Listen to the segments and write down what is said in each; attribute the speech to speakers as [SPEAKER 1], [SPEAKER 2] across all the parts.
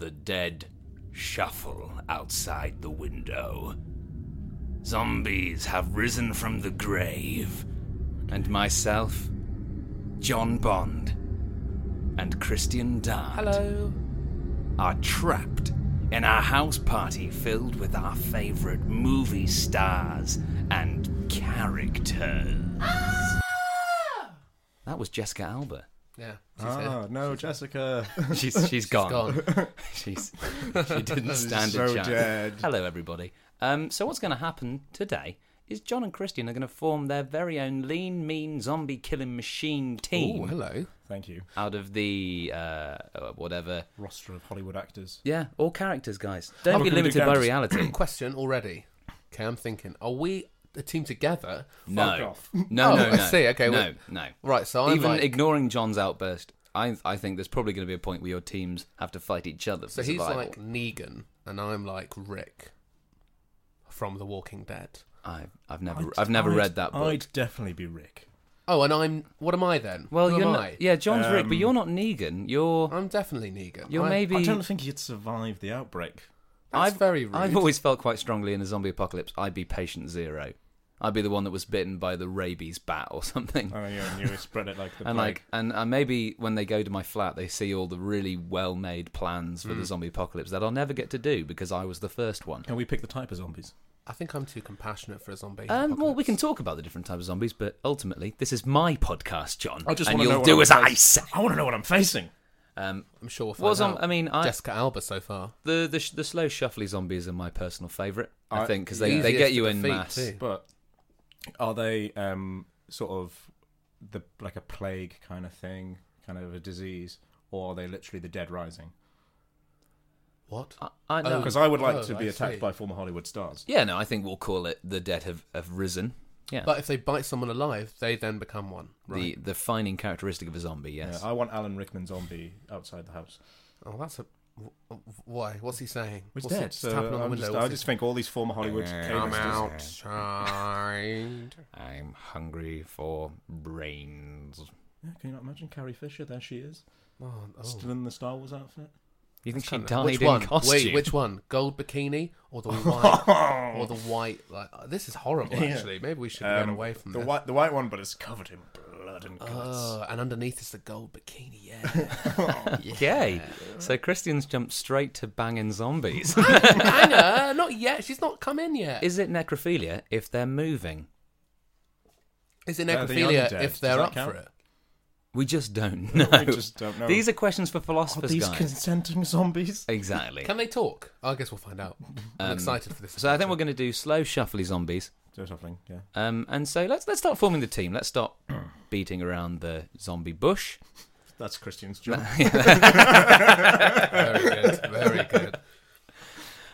[SPEAKER 1] instead shuffle outside the window. Zombies have risen from the grave, and myself, John Bond, and Christian Dart
[SPEAKER 2] Hello.
[SPEAKER 1] are trapped in our house party filled with our favorite movie stars and characters. That was Jessica Alba.
[SPEAKER 2] Yeah. she's
[SPEAKER 3] Ah, no, Jessica.
[SPEAKER 1] She's she's gone.
[SPEAKER 2] Gone.
[SPEAKER 1] She's she didn't stand a
[SPEAKER 3] so
[SPEAKER 1] chance.
[SPEAKER 3] dead.
[SPEAKER 1] Hello everybody. Um, so what's going to happen today is John and Christian are going to form their very own lean, mean, zombie killing machine
[SPEAKER 2] Oh,
[SPEAKER 1] team
[SPEAKER 2] hello.
[SPEAKER 3] Thank you.
[SPEAKER 1] out of the uh, uh, whatever.
[SPEAKER 3] Roster of Hollywood actors.
[SPEAKER 1] Yeah, all characters, guys. Don't be
[SPEAKER 3] Oh, can we do
[SPEAKER 1] limited by
[SPEAKER 3] characters?
[SPEAKER 1] reality.
[SPEAKER 2] Question already. Okay, I'm thinking. Are we a team together?
[SPEAKER 1] no.
[SPEAKER 3] Fuck off.
[SPEAKER 1] no,
[SPEAKER 2] Oh,
[SPEAKER 1] no, no.
[SPEAKER 2] I see, okay,
[SPEAKER 1] no,
[SPEAKER 2] well-
[SPEAKER 1] no.
[SPEAKER 2] Right. So I'm
[SPEAKER 1] Even
[SPEAKER 2] like,
[SPEAKER 1] ignoring John's outburst, I I think there's probably going to be a point where your teams have to fight each other. For
[SPEAKER 2] so he's
[SPEAKER 1] survival.
[SPEAKER 2] like Negan, and I'm like Rick from The Walking Dead.
[SPEAKER 1] I've I've never I've never
[SPEAKER 3] I'd-
[SPEAKER 1] read that book.
[SPEAKER 3] I'd definitely be Rick.
[SPEAKER 2] Oh, and I'm. What am I then?
[SPEAKER 1] Well,
[SPEAKER 2] Who
[SPEAKER 1] you're
[SPEAKER 2] am
[SPEAKER 1] not,
[SPEAKER 2] I? Um,
[SPEAKER 1] yeah, John's Rick, but you're not Negan. You're
[SPEAKER 2] I'm definitely Negan.
[SPEAKER 1] you're
[SPEAKER 2] I'm,
[SPEAKER 1] maybe.
[SPEAKER 3] I don't think he'd survive the outbreak.
[SPEAKER 2] That's
[SPEAKER 1] I've-
[SPEAKER 2] very rude.
[SPEAKER 1] I've always felt quite strongly in a zombie apocalypse. I'd be patient zero. I'd be the one that was bitten by the rabies bat or something.
[SPEAKER 2] Oh,
[SPEAKER 3] I mean, Oh, you, you spread it like the
[SPEAKER 1] and
[SPEAKER 3] plague.
[SPEAKER 1] like, and uh, maybe when they go to my flat, they see all the really well-made plans
[SPEAKER 2] Hmm.
[SPEAKER 1] for the zombie apocalypse that I'll never get to do because I was the first one.
[SPEAKER 3] Can we pick the type of zombies?
[SPEAKER 2] I think I'm too compassionate for a
[SPEAKER 1] Um,
[SPEAKER 2] zombie.
[SPEAKER 1] well, we
[SPEAKER 2] apocalypse.
[SPEAKER 1] can talk about the different types of zombies, but ultimately, this is my podcast, John.
[SPEAKER 3] I just
[SPEAKER 1] and
[SPEAKER 3] wanna
[SPEAKER 1] you'll
[SPEAKER 3] know what
[SPEAKER 1] do
[SPEAKER 3] I'm
[SPEAKER 1] as I
[SPEAKER 3] facing.
[SPEAKER 1] say.
[SPEAKER 3] I want to know what I'm facing.
[SPEAKER 1] Um,
[SPEAKER 2] I'm sure we'll find
[SPEAKER 1] was on,
[SPEAKER 2] out.
[SPEAKER 1] I mean, I,
[SPEAKER 2] Jessica Alba so far.
[SPEAKER 1] the, the sh- the slow shuffly zombies are my personal favourite. I,
[SPEAKER 3] I-
[SPEAKER 1] think because they,
[SPEAKER 2] yeah.
[SPEAKER 1] they
[SPEAKER 2] Easiest
[SPEAKER 1] get
[SPEAKER 2] to
[SPEAKER 1] you in
[SPEAKER 2] defeat,
[SPEAKER 1] mass.
[SPEAKER 2] too.
[SPEAKER 3] But are they um, sort of the like a plague kind of thing, kind of a disease, or are they literally the dead rising?
[SPEAKER 2] What?
[SPEAKER 1] I, I know.
[SPEAKER 2] Oh.
[SPEAKER 3] Because I would like
[SPEAKER 2] Oh,
[SPEAKER 3] to be
[SPEAKER 2] I
[SPEAKER 3] attacked
[SPEAKER 2] see.
[SPEAKER 3] by former Hollywood stars.
[SPEAKER 1] yeah, no, I think we'll call it the dead have, have risen. Yeah,
[SPEAKER 2] But if they bite someone alive, they then become one. Right.
[SPEAKER 1] the the defining characteristic of a zombie. Yes,
[SPEAKER 3] Yeah, I want Alan Rickman zombie outside the house.
[SPEAKER 2] Oh, that's a. w- w- Why? What's he saying?
[SPEAKER 3] He's
[SPEAKER 2] What's He,
[SPEAKER 3] dead. So
[SPEAKER 2] tapping on the
[SPEAKER 3] I'm
[SPEAKER 2] window.
[SPEAKER 3] just,
[SPEAKER 2] What's
[SPEAKER 3] I
[SPEAKER 2] he
[SPEAKER 3] just think all these former Hollywood
[SPEAKER 1] Come
[SPEAKER 2] Come
[SPEAKER 3] A-listers-
[SPEAKER 1] out.
[SPEAKER 2] outside.
[SPEAKER 1] I'm hungry for brains.
[SPEAKER 3] Yeah, can you not imagine Carrie Fisher? There she is,
[SPEAKER 2] Oh, oh.
[SPEAKER 3] still in the Star Wars outfit.
[SPEAKER 1] You think she
[SPEAKER 2] Kinda-
[SPEAKER 1] died
[SPEAKER 2] which
[SPEAKER 1] in
[SPEAKER 2] one?
[SPEAKER 1] costume?
[SPEAKER 2] Wait, which one? Gold bikini or the white? or the white? Like uh, this is horrible.
[SPEAKER 3] Yeah.
[SPEAKER 2] Actually, maybe we should get
[SPEAKER 3] Oh. Um,
[SPEAKER 2] away from
[SPEAKER 3] the
[SPEAKER 2] this.
[SPEAKER 3] white, the white one, but it's covered in blood and guts.
[SPEAKER 2] Oh, and underneath is the gold bikini. Yeah.
[SPEAKER 1] Okay, so Christian's jumped straight to banging zombies.
[SPEAKER 2] Hang on, not yet. She's not come in yet. Is,
[SPEAKER 1] Is it necrophilia if they're moving?
[SPEAKER 2] it
[SPEAKER 3] They're the
[SPEAKER 2] necrophilia
[SPEAKER 3] undead.
[SPEAKER 2] if
[SPEAKER 3] Does
[SPEAKER 2] they're
[SPEAKER 3] that
[SPEAKER 2] up
[SPEAKER 3] count?
[SPEAKER 2] for it?
[SPEAKER 1] We just don't know.
[SPEAKER 3] We just don't know.
[SPEAKER 1] These are questions for philosophers, guys.
[SPEAKER 3] consenting zombies?
[SPEAKER 1] Exactly.
[SPEAKER 2] Can they talk? I guess we'll find out.
[SPEAKER 3] Um,
[SPEAKER 2] I'm excited for this.
[SPEAKER 1] So I think we're going to do slow shuffly zombies.
[SPEAKER 3] Joe Shuffling, yeah.
[SPEAKER 1] Um, and so let's let's start forming the team. Let's start beating around the zombie bush.
[SPEAKER 3] That's Christian's job.
[SPEAKER 2] very good. Very good.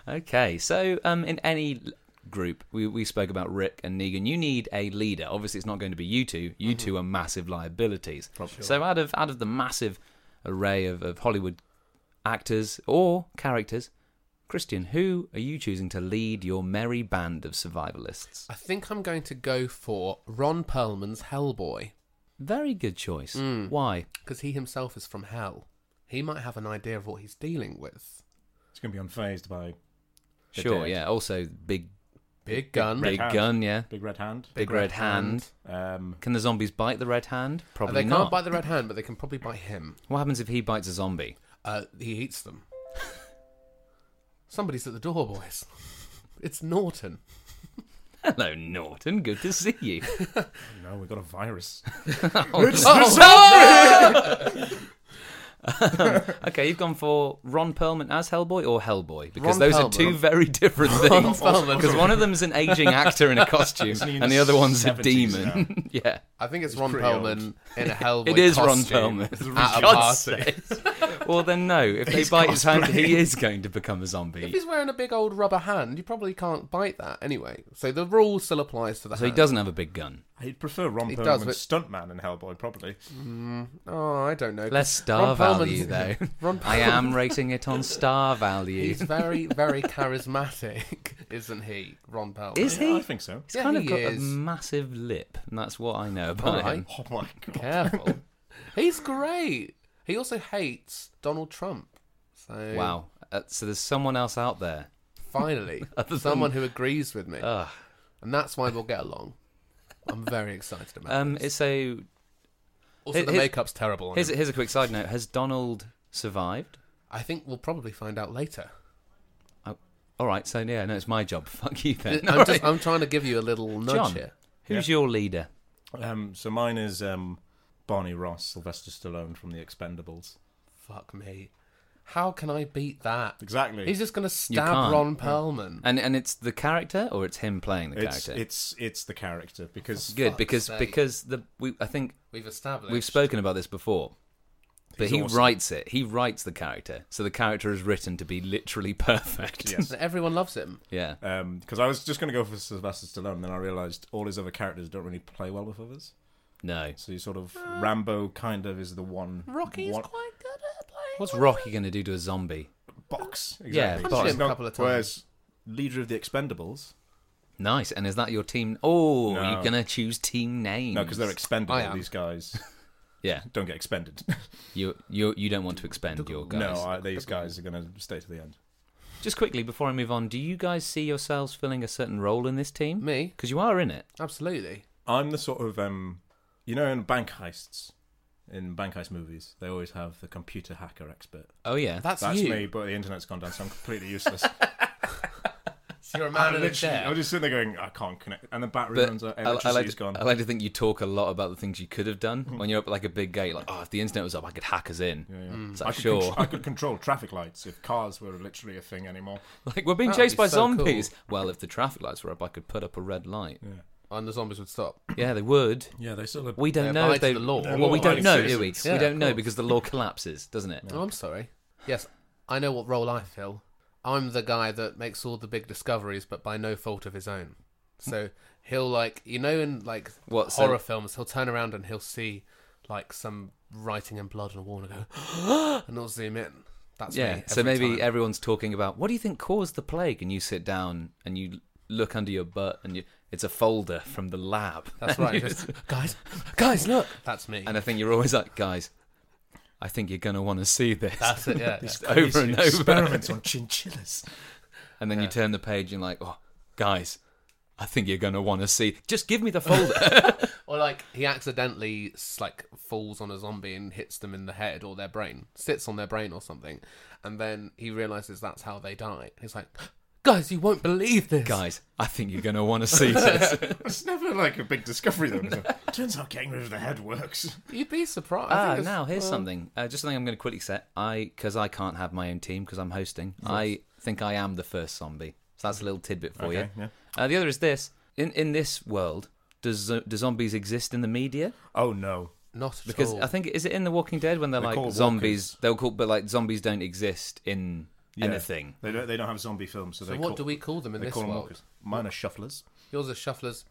[SPEAKER 1] Okay, so um, in any l- group, we, we spoke about Rick and Negan. You need a leader. Obviously, it's not going to be you two. You two are massive liabilities. So out of out of the massive array of, of Hollywood actors or characters, Christian, who are you choosing to lead your merry band of survivalists?
[SPEAKER 2] I think I'm going to go for Ron Perlman's Hellboy
[SPEAKER 1] Very good choice. Why?
[SPEAKER 2] because he himself is from hell. He might have an idea of what he's dealing with.
[SPEAKER 3] It's going to be unfazed by The
[SPEAKER 1] Sure,
[SPEAKER 3] dead.
[SPEAKER 1] yeah. Also, big
[SPEAKER 2] Big gun.
[SPEAKER 3] Red
[SPEAKER 1] big
[SPEAKER 3] hand.
[SPEAKER 1] gun, yeah.
[SPEAKER 3] Big Red Hand.
[SPEAKER 1] Big, red, hand.
[SPEAKER 3] Um,
[SPEAKER 1] Can the zombies bite the red hand?
[SPEAKER 2] Uh,
[SPEAKER 1] Probably
[SPEAKER 2] They
[SPEAKER 1] not.
[SPEAKER 2] can't bite the red hand, but they can probably bite him.
[SPEAKER 1] What happens if he bites a zombie?
[SPEAKER 2] Uh, he eats them. Somebody's at the door, boys. It's Norton.
[SPEAKER 1] Hello, Norton. Good to see you. Oh,
[SPEAKER 3] no, we've got a virus.
[SPEAKER 1] Okay, you've gone for Ron Perlman as Hellboy or Hellboy because
[SPEAKER 2] Ron
[SPEAKER 1] those are
[SPEAKER 2] Perlman.
[SPEAKER 1] two very different things.
[SPEAKER 2] Perlman.
[SPEAKER 1] Because one of them's an aging actor in a costume,
[SPEAKER 3] Isn't he in
[SPEAKER 1] and the
[SPEAKER 3] the
[SPEAKER 1] other one's a
[SPEAKER 3] 70s
[SPEAKER 1] demon. yeah,
[SPEAKER 2] I think it's Ron
[SPEAKER 3] pretty
[SPEAKER 2] Perlman
[SPEAKER 3] old.
[SPEAKER 2] in a Hellboy
[SPEAKER 1] it is Ron
[SPEAKER 2] costume
[SPEAKER 1] Perlman. For
[SPEAKER 2] At a
[SPEAKER 1] God's
[SPEAKER 2] party.
[SPEAKER 1] sake. well, then no. If they
[SPEAKER 3] He's
[SPEAKER 1] bite his hand, he
[SPEAKER 3] cosplaying.
[SPEAKER 1] is going to become a
[SPEAKER 2] If
[SPEAKER 1] zombie.
[SPEAKER 2] he's wearing a big old rubber hand, you probably can't bite that anyway. So the rule still applies to the
[SPEAKER 1] So he
[SPEAKER 2] hand.
[SPEAKER 1] doesn't have a big gun.
[SPEAKER 3] I'd prefer Ron
[SPEAKER 2] It does,
[SPEAKER 3] Perlman's stuntman in Hellboy, probably.
[SPEAKER 2] Oh, I don't know.
[SPEAKER 1] Less star
[SPEAKER 2] Ron
[SPEAKER 1] value,
[SPEAKER 2] Perlman's-
[SPEAKER 1] though.
[SPEAKER 2] Ron
[SPEAKER 1] I am rating it on star value.
[SPEAKER 2] He's very, very charismatic, isn't he, Ron Perlman?
[SPEAKER 1] Is he?
[SPEAKER 3] I think so.
[SPEAKER 1] He's
[SPEAKER 2] Yeah,
[SPEAKER 1] kind of
[SPEAKER 2] he
[SPEAKER 1] got a
[SPEAKER 2] is.
[SPEAKER 1] massive lip, and that's what I know about
[SPEAKER 2] Alright.
[SPEAKER 1] him.
[SPEAKER 3] Oh my god.
[SPEAKER 2] Careful. He's great. He also hates Donald Trump. So
[SPEAKER 1] Wow. Uh, so there's someone else out there.
[SPEAKER 2] Finally, someone who agrees with me,
[SPEAKER 1] Ugh.
[SPEAKER 2] and that's why we'll get along. I'm very excited about
[SPEAKER 1] Um,
[SPEAKER 2] this.
[SPEAKER 1] it's so
[SPEAKER 2] Also,
[SPEAKER 1] here-
[SPEAKER 2] the
[SPEAKER 1] here-
[SPEAKER 2] makeup's terrible. On
[SPEAKER 1] here's
[SPEAKER 2] him.
[SPEAKER 1] here's a quick side note. Has Donald survived?
[SPEAKER 2] I think we'll probably find out later.
[SPEAKER 1] All right, so yeah, no, it's my job. Fuck you then.
[SPEAKER 2] I'm just, I'm trying to give you a little nudge
[SPEAKER 1] John.
[SPEAKER 2] here.
[SPEAKER 1] Who's your leader?
[SPEAKER 3] Um, so mine is um, Barney Ross, Sylvester Stallone from The Expendables.
[SPEAKER 2] Fuck me. How can I beat that?
[SPEAKER 3] Exactly.
[SPEAKER 2] He's just going to stab
[SPEAKER 1] can't.
[SPEAKER 2] Ron Perlman.
[SPEAKER 1] And and it's the character or it's him playing the
[SPEAKER 3] it's,
[SPEAKER 1] character.
[SPEAKER 3] it's it's the character because
[SPEAKER 1] Good
[SPEAKER 2] fuck's
[SPEAKER 1] because
[SPEAKER 2] sake.
[SPEAKER 1] because the we I think
[SPEAKER 2] We've established.
[SPEAKER 1] we've spoken about this before. But
[SPEAKER 3] He's
[SPEAKER 1] he
[SPEAKER 3] awesome.
[SPEAKER 1] writes it. He writes the character. So the character is written to be literally perfect.
[SPEAKER 3] Yes.
[SPEAKER 2] that everyone loves him.
[SPEAKER 1] yeah.
[SPEAKER 3] because um, I was just going to go for Sylvester Stallone, then I realised all his other characters don't really play well with others.
[SPEAKER 1] No.
[SPEAKER 3] So you sort of Rambo kind of is the one
[SPEAKER 2] Uh, Rocky's
[SPEAKER 3] one,
[SPEAKER 2] quite good at playing.
[SPEAKER 1] What's Rocky going to do to a zombie?
[SPEAKER 3] box.
[SPEAKER 1] Yeah,
[SPEAKER 3] Exactly.
[SPEAKER 1] Punch box.
[SPEAKER 2] him a couple of times.
[SPEAKER 3] Whereas leader of the Expendables,
[SPEAKER 1] Nice. And is that your team? Oh,
[SPEAKER 3] No.
[SPEAKER 1] you're going to choose team names.
[SPEAKER 3] no, because they're expendable.
[SPEAKER 2] I am.
[SPEAKER 3] These guys
[SPEAKER 1] Yeah.
[SPEAKER 3] don't get expended.
[SPEAKER 1] You you you don't want to expend your guys.
[SPEAKER 3] no, I, these guys are going to stay to the end.
[SPEAKER 1] Just quickly before I move on, do you guys see yourselves filling a certain role in this team?
[SPEAKER 2] Me?
[SPEAKER 1] Because you are in it.
[SPEAKER 2] Absolutely.
[SPEAKER 3] I'm the sort of um, you know, in bank heists, in bank heist movies, they always have the computer hacker expert.
[SPEAKER 1] Oh yeah.
[SPEAKER 2] That's,
[SPEAKER 3] That's
[SPEAKER 2] you.
[SPEAKER 3] me, but the internet's gone down, so I'm completely useless.
[SPEAKER 2] So you're a man in a
[SPEAKER 3] Literally,
[SPEAKER 2] chair.
[SPEAKER 3] I'm just sitting there going, I can't connect, and the battery
[SPEAKER 1] But
[SPEAKER 3] runs out,
[SPEAKER 1] I- I, like
[SPEAKER 3] electricity's
[SPEAKER 1] to,
[SPEAKER 3] gone. Mm-hmm.
[SPEAKER 1] I like to think you talk a lot about the things you could have done when you're up at like a big gate. Like, oh, if the internet was up, I could hack us in.
[SPEAKER 3] Yeah, yeah.
[SPEAKER 1] It's
[SPEAKER 3] I
[SPEAKER 1] like,
[SPEAKER 3] could
[SPEAKER 1] sure.
[SPEAKER 3] contr- I could control traffic lights if cars were literally a thing anymore.
[SPEAKER 1] like, we're being
[SPEAKER 2] That would
[SPEAKER 1] chased
[SPEAKER 2] be
[SPEAKER 1] by
[SPEAKER 2] so
[SPEAKER 1] zombies. Well, if the traffic lights were up, I could put up a red light.
[SPEAKER 3] Yeah,
[SPEAKER 2] And the zombies would stop.
[SPEAKER 1] Yeah, they would.
[SPEAKER 3] yeah, they still have.
[SPEAKER 1] We don't
[SPEAKER 2] They
[SPEAKER 1] know
[SPEAKER 2] abide
[SPEAKER 1] if they.
[SPEAKER 2] to the law.
[SPEAKER 1] Well, we
[SPEAKER 3] Law
[SPEAKER 1] don't know, do we?
[SPEAKER 3] abiding
[SPEAKER 1] we
[SPEAKER 2] Yeah,
[SPEAKER 1] don't
[SPEAKER 2] of
[SPEAKER 1] know
[SPEAKER 2] course.
[SPEAKER 1] because the law collapses, doesn't it?
[SPEAKER 2] Oh, I'm sorry. Yes, I know what role I fill. I'm the guy that makes all the big discoveries, but by no fault of his own. So he'll like, you know, in like
[SPEAKER 1] What, so-
[SPEAKER 2] horror films, he'll turn around and he'll see like some writing in blood on a wall and go, and he'll zoom in. That's
[SPEAKER 1] Yeah.
[SPEAKER 2] Me
[SPEAKER 1] So
[SPEAKER 2] every
[SPEAKER 1] maybe
[SPEAKER 2] time.
[SPEAKER 1] everyone's talking about what do you think caused the plague, and you sit down and you look under your butt, and you, it's a folder from the lab.
[SPEAKER 2] that's right. Just, guys, guys, look, that's me.
[SPEAKER 1] And I think you're always like, guys, I think you're gonna want to see this.
[SPEAKER 2] that's it. Yeah. yeah.
[SPEAKER 1] Just over and over.
[SPEAKER 3] Experiments on chinchillas.
[SPEAKER 1] And then you turn the page and like, oh, guys, I think you're gonna want to see. Just give me the folder.
[SPEAKER 2] Or like he accidentally s- like falls on a zombie and hits them in the head or their brain, sits on their brain or something, and then he realizes that's how they die. He's like, "Guys, you won't believe this."
[SPEAKER 1] guys, I think you're gonna want to see this.
[SPEAKER 3] It's never like a big discovery though. is it? Turns out getting rid of the head works.
[SPEAKER 2] You'd be surprised. I
[SPEAKER 1] Ah,
[SPEAKER 2] think it's-
[SPEAKER 1] now here's something. Uh, just something I'm going to quickly set. I because I can't have my own team because I'm hosting. I think I am the first zombie. So that's a little tidbit for
[SPEAKER 3] Okay,
[SPEAKER 1] you.
[SPEAKER 3] yeah.
[SPEAKER 1] Uh, the other is this. In in this world, does zo- do zombies exist in the media?
[SPEAKER 3] Oh no.
[SPEAKER 2] not at
[SPEAKER 1] Because
[SPEAKER 2] all.
[SPEAKER 1] I think is it in The Walking Dead when they're,
[SPEAKER 3] They're
[SPEAKER 1] like
[SPEAKER 3] called
[SPEAKER 1] zombies? They'll call, but like zombies don't exist in
[SPEAKER 3] Yeah.
[SPEAKER 1] anything.
[SPEAKER 3] They don't. They don't have zombie films. So,
[SPEAKER 2] So
[SPEAKER 3] they
[SPEAKER 2] what
[SPEAKER 3] call,
[SPEAKER 2] do we call them in
[SPEAKER 3] They
[SPEAKER 2] this
[SPEAKER 3] call them
[SPEAKER 2] world?
[SPEAKER 3] walkers. Mine are shufflers.
[SPEAKER 2] Yours are shufflers.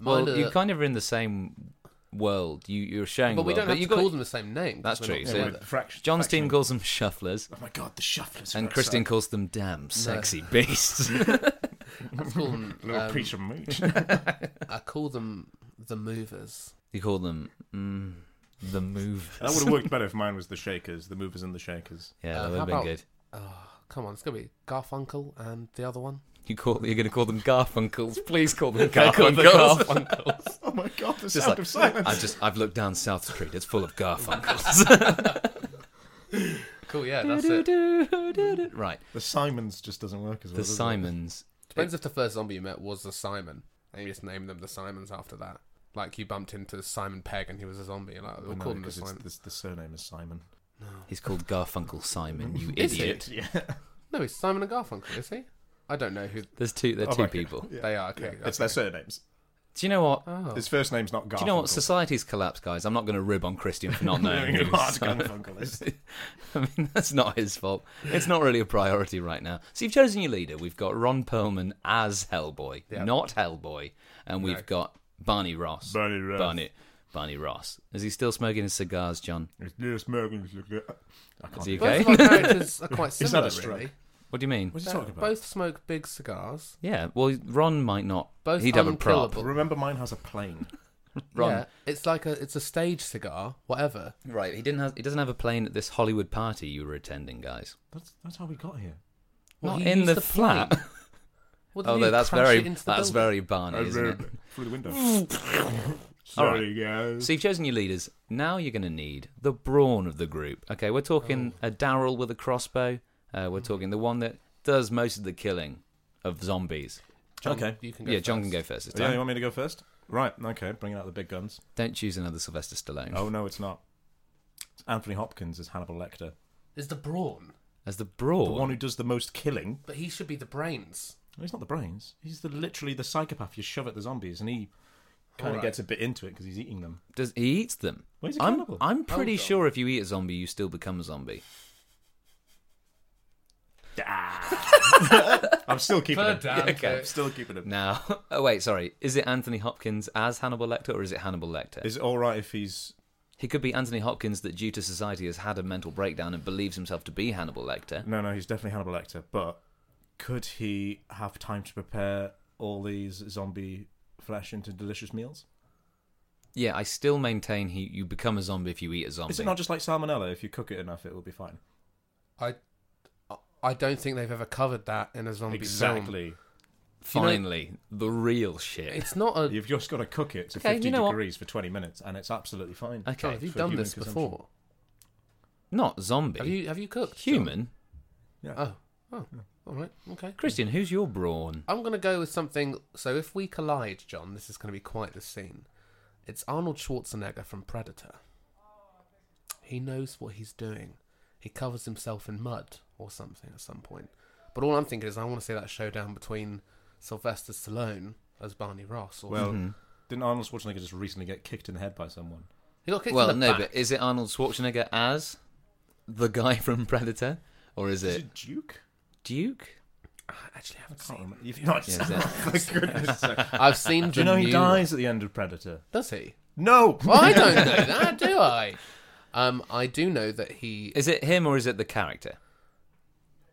[SPEAKER 2] Mine
[SPEAKER 1] Well, you
[SPEAKER 2] are-
[SPEAKER 1] kind of are in the same world. You you're sharing.
[SPEAKER 2] but we
[SPEAKER 1] the world,
[SPEAKER 2] don't have to
[SPEAKER 1] you've got-
[SPEAKER 2] call them the same name. 'cause
[SPEAKER 1] That's
[SPEAKER 2] we're
[SPEAKER 1] true,
[SPEAKER 2] not
[SPEAKER 1] so-
[SPEAKER 2] together.
[SPEAKER 3] fraction.
[SPEAKER 1] John's team calls them shufflers,
[SPEAKER 3] Oh my god, the shufflers.
[SPEAKER 1] and
[SPEAKER 3] are
[SPEAKER 1] Christian
[SPEAKER 3] exciting.
[SPEAKER 1] calls them damn sexy beasts.
[SPEAKER 2] Let's call them,
[SPEAKER 3] little
[SPEAKER 2] um,
[SPEAKER 3] preacher meat.
[SPEAKER 2] I call them the movers.
[SPEAKER 1] You call them mm, the move.
[SPEAKER 3] That would have worked better if mine was the Shakers, the Movers and the Shakers.
[SPEAKER 1] Yeah,
[SPEAKER 2] Uh,
[SPEAKER 1] that would
[SPEAKER 2] how
[SPEAKER 1] have been
[SPEAKER 2] about-
[SPEAKER 1] good.
[SPEAKER 2] Oh, come on, it's gonna be Garfunkel and the other one.
[SPEAKER 1] You call, you're going to call them Garfunkels. Please call them
[SPEAKER 2] They're called the
[SPEAKER 1] Garfunkels.
[SPEAKER 2] Garfunkels.
[SPEAKER 3] Oh my god, the
[SPEAKER 1] Just
[SPEAKER 3] sound
[SPEAKER 1] like,
[SPEAKER 3] of silence.
[SPEAKER 1] I've just I've looked down South Street. It's full of Garfunkels.
[SPEAKER 2] cool, yeah, that's it.
[SPEAKER 1] right,
[SPEAKER 3] The Simons just doesn't work as well.
[SPEAKER 1] the
[SPEAKER 3] does it?
[SPEAKER 1] Simons.
[SPEAKER 2] Depends if the first zombie you met was a Simon, and you just named them the Simons after that. Like you bumped into Simon Pegg and he was a zombie. You're like, we'll
[SPEAKER 3] No,
[SPEAKER 2] call him the
[SPEAKER 3] because it's-
[SPEAKER 2] Simon.
[SPEAKER 3] the, the surname is Simon.
[SPEAKER 1] He's called Garfunkel Simon. You
[SPEAKER 2] Is he?
[SPEAKER 1] idiot.
[SPEAKER 3] Yeah.
[SPEAKER 2] No, he's Simon and Garfunkel, is he? I don't know who
[SPEAKER 1] There's two. There are
[SPEAKER 3] Oh,
[SPEAKER 1] two
[SPEAKER 3] okay.
[SPEAKER 1] people.
[SPEAKER 3] Yeah.
[SPEAKER 2] they are. Okay,
[SPEAKER 3] Yeah,
[SPEAKER 2] okay.
[SPEAKER 3] it's their surnames.
[SPEAKER 1] Do you know what?
[SPEAKER 2] Oh.
[SPEAKER 3] His first name's not Garfunkel.
[SPEAKER 1] Do you know what? Society's collapsed, guys. I'm not going to rib on Christian for not knowing.
[SPEAKER 3] You
[SPEAKER 1] who
[SPEAKER 3] know what
[SPEAKER 1] Simon-
[SPEAKER 3] Garfunkel is.
[SPEAKER 1] I mean, that's not his fault. It's not really a priority right now. So you've chosen your leader. We've got Ron Perlman as Hellboy,
[SPEAKER 2] Yeah.
[SPEAKER 1] not Hellboy, and we've got Barney Ross.
[SPEAKER 3] Barney Ross.
[SPEAKER 1] Barney, Barney Ross. Is he still smoking his cigars, John?
[SPEAKER 3] It's Lewis Morgan's look at- I can't
[SPEAKER 1] Is he
[SPEAKER 3] do-
[SPEAKER 1] okay?
[SPEAKER 2] Both of our characters are quite
[SPEAKER 3] He's had
[SPEAKER 2] similar,
[SPEAKER 3] a
[SPEAKER 2] really.
[SPEAKER 1] What do you mean?
[SPEAKER 3] What are you
[SPEAKER 2] They're-
[SPEAKER 3] talking about?
[SPEAKER 2] Both smoke big cigars.
[SPEAKER 1] Yeah. Well, Ron might not.
[SPEAKER 2] Both
[SPEAKER 1] He'd have a prop.
[SPEAKER 2] unkillable.
[SPEAKER 3] Remember, mine has a plane.
[SPEAKER 1] Ron.
[SPEAKER 2] Yeah, it's like a it's a stage cigar, whatever.
[SPEAKER 1] Right, he didn't have he doesn't have a plane at this Hollywood party you were attending, guys.
[SPEAKER 3] That's that's how we got here.
[SPEAKER 2] Well,
[SPEAKER 1] Not
[SPEAKER 2] he
[SPEAKER 1] in
[SPEAKER 2] used
[SPEAKER 1] the,
[SPEAKER 2] the
[SPEAKER 1] flat.
[SPEAKER 2] plane. What did
[SPEAKER 1] Although
[SPEAKER 2] you
[SPEAKER 1] that's
[SPEAKER 2] crash
[SPEAKER 1] very
[SPEAKER 2] it into the
[SPEAKER 1] that's
[SPEAKER 2] building?
[SPEAKER 1] very Barney, isn't it?
[SPEAKER 3] Through the window. Sorry, guys.
[SPEAKER 1] So you've chosen your leaders. Now you're going to need the brawn of the group. Okay, we're talking
[SPEAKER 3] Oh.
[SPEAKER 1] a Daryl with a crossbow. Uh,
[SPEAKER 3] Mm-hmm.
[SPEAKER 1] we're talking the one that does most of the killing of zombies.
[SPEAKER 2] John,
[SPEAKER 3] Okay.
[SPEAKER 2] you can go
[SPEAKER 1] Yeah, John can
[SPEAKER 2] first.
[SPEAKER 1] go first this
[SPEAKER 3] Oh, Yeah,
[SPEAKER 1] time.
[SPEAKER 3] you want me to go first? Right. Okay. Bringing out the big guns.
[SPEAKER 1] Don't choose another Sylvester Stallone
[SPEAKER 3] Oh no, it's not. It's Anthony Hopkins is Hannibal Lecter,
[SPEAKER 2] Is the brawn,
[SPEAKER 1] as the
[SPEAKER 3] the
[SPEAKER 1] brawn.
[SPEAKER 3] one who does the most killing.
[SPEAKER 2] but he should be the brains.
[SPEAKER 3] Well, he's not the brains. He's the literally the psychopath you shove at the zombies, and he kind of
[SPEAKER 2] Alright.
[SPEAKER 3] gets a bit into it because he's eating them.
[SPEAKER 1] does he eats them?
[SPEAKER 3] Well, he's a
[SPEAKER 1] I'm
[SPEAKER 3] cannibal.
[SPEAKER 1] I'm pretty
[SPEAKER 2] John.
[SPEAKER 1] sure if you eat a zombie, you still become a zombie.
[SPEAKER 3] I'm still keeping
[SPEAKER 2] Third
[SPEAKER 3] him.
[SPEAKER 2] down.
[SPEAKER 1] okay.
[SPEAKER 3] I'm still keeping him.
[SPEAKER 1] Now, oh wait, sorry. Is it Anthony Hopkins as Hannibal Lecter, or is it Hannibal Lecter?
[SPEAKER 3] Is it all right if he's
[SPEAKER 1] he could be Anthony Hopkins that, due to society, has had a mental breakdown and believes himself to be Hannibal Lecter.
[SPEAKER 3] No, no, he's definitely Hannibal Lecter. But could he have time to prepare all these zombie flesh into delicious meals?
[SPEAKER 1] Yeah, I still maintain he you become a zombie if you eat a zombie.
[SPEAKER 3] Is it not just like salmonella? If you cook it enough, it will be fine.
[SPEAKER 2] I, I don't think they've ever covered that in a zombie film.
[SPEAKER 3] Exactly.
[SPEAKER 1] Finally, the real shit.
[SPEAKER 2] It's not a.
[SPEAKER 3] You've just got to cook it to
[SPEAKER 1] Okay,
[SPEAKER 3] 50
[SPEAKER 1] you know what?
[SPEAKER 3] degrees for 20 minutes, and it's absolutely fine.
[SPEAKER 2] John,
[SPEAKER 1] Okay,
[SPEAKER 2] have you
[SPEAKER 3] for
[SPEAKER 2] done
[SPEAKER 3] human
[SPEAKER 2] this
[SPEAKER 3] consumption.
[SPEAKER 2] before?
[SPEAKER 1] not zombie.
[SPEAKER 2] Have you have you cooked John?
[SPEAKER 1] human?
[SPEAKER 2] Oh, oh, all right, okay.
[SPEAKER 1] Christian, who's your brawn?
[SPEAKER 2] I'm gonna go with something. So if we collide, John, this is gonna be quite the scene. It's Arnold Schwarzenegger from Predator. He knows what he's doing. He covers himself in mud or something at some point. But all I'm thinking is I want to see that showdown between Sylvester Stallone as Barney Ross. Or
[SPEAKER 3] Well, didn't Arnold Schwarzenegger just recently get kicked in the head by someone?
[SPEAKER 2] he got kicked
[SPEAKER 1] Well,
[SPEAKER 2] in the
[SPEAKER 1] no,
[SPEAKER 2] back.
[SPEAKER 1] but is it Arnold Schwarzenegger as the guy from Predator, or is
[SPEAKER 3] Is
[SPEAKER 1] it
[SPEAKER 3] it Duke?
[SPEAKER 1] Duke?
[SPEAKER 2] I actually haven't
[SPEAKER 3] Can't
[SPEAKER 2] seen.
[SPEAKER 3] remember. You've not
[SPEAKER 1] Yeah, is it?
[SPEAKER 3] for goodness sake.
[SPEAKER 2] I've seen.
[SPEAKER 3] Do you know
[SPEAKER 2] the
[SPEAKER 3] he
[SPEAKER 2] new-
[SPEAKER 3] dies at the end of Predator?
[SPEAKER 2] Does he?
[SPEAKER 3] No!
[SPEAKER 2] Well, I don't know that, do I? Um, I do know that he.
[SPEAKER 1] Is it him or is it the character?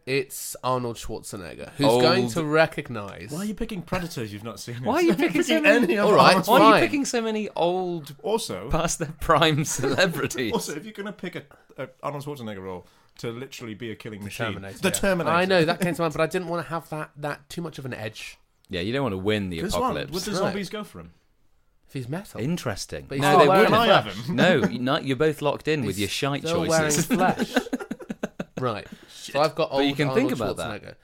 [SPEAKER 2] It's Arnold Schwarzenegger, who's
[SPEAKER 1] Old-
[SPEAKER 2] going to recognise.
[SPEAKER 3] Why are you picking Predator if you've not seen it?
[SPEAKER 1] Why are you picking so many?
[SPEAKER 3] any of
[SPEAKER 2] All right,
[SPEAKER 3] Arnold
[SPEAKER 1] Why are
[SPEAKER 2] Fine.
[SPEAKER 1] you picking so many old,
[SPEAKER 3] Also,
[SPEAKER 1] past their prime celebrities?
[SPEAKER 3] also, if you're going to pick a, a Arnold Schwarzenegger role to literally be a killing machine,
[SPEAKER 2] Terminator,
[SPEAKER 3] the
[SPEAKER 2] yeah.
[SPEAKER 3] Terminator.
[SPEAKER 2] I know that came to mind, but I didn't want to have that that too much of an edge.
[SPEAKER 1] yeah, you don't want to win the
[SPEAKER 3] This one, would
[SPEAKER 1] apocalypse.
[SPEAKER 3] the
[SPEAKER 2] Right.
[SPEAKER 3] zombies go for him? Oh,
[SPEAKER 2] If he's metal,
[SPEAKER 1] Interesting.
[SPEAKER 2] But he's
[SPEAKER 1] no,
[SPEAKER 2] still
[SPEAKER 1] they
[SPEAKER 2] wearing
[SPEAKER 1] wouldn't.
[SPEAKER 2] a
[SPEAKER 3] I have him.
[SPEAKER 1] no, you're, not, you're both locked in with
[SPEAKER 2] He's
[SPEAKER 1] your shite
[SPEAKER 2] still
[SPEAKER 1] choices.
[SPEAKER 2] wearing flesh. right. So I've got old.
[SPEAKER 1] you can think
[SPEAKER 2] Arnold
[SPEAKER 1] about that.
[SPEAKER 2] Schwarzenegger.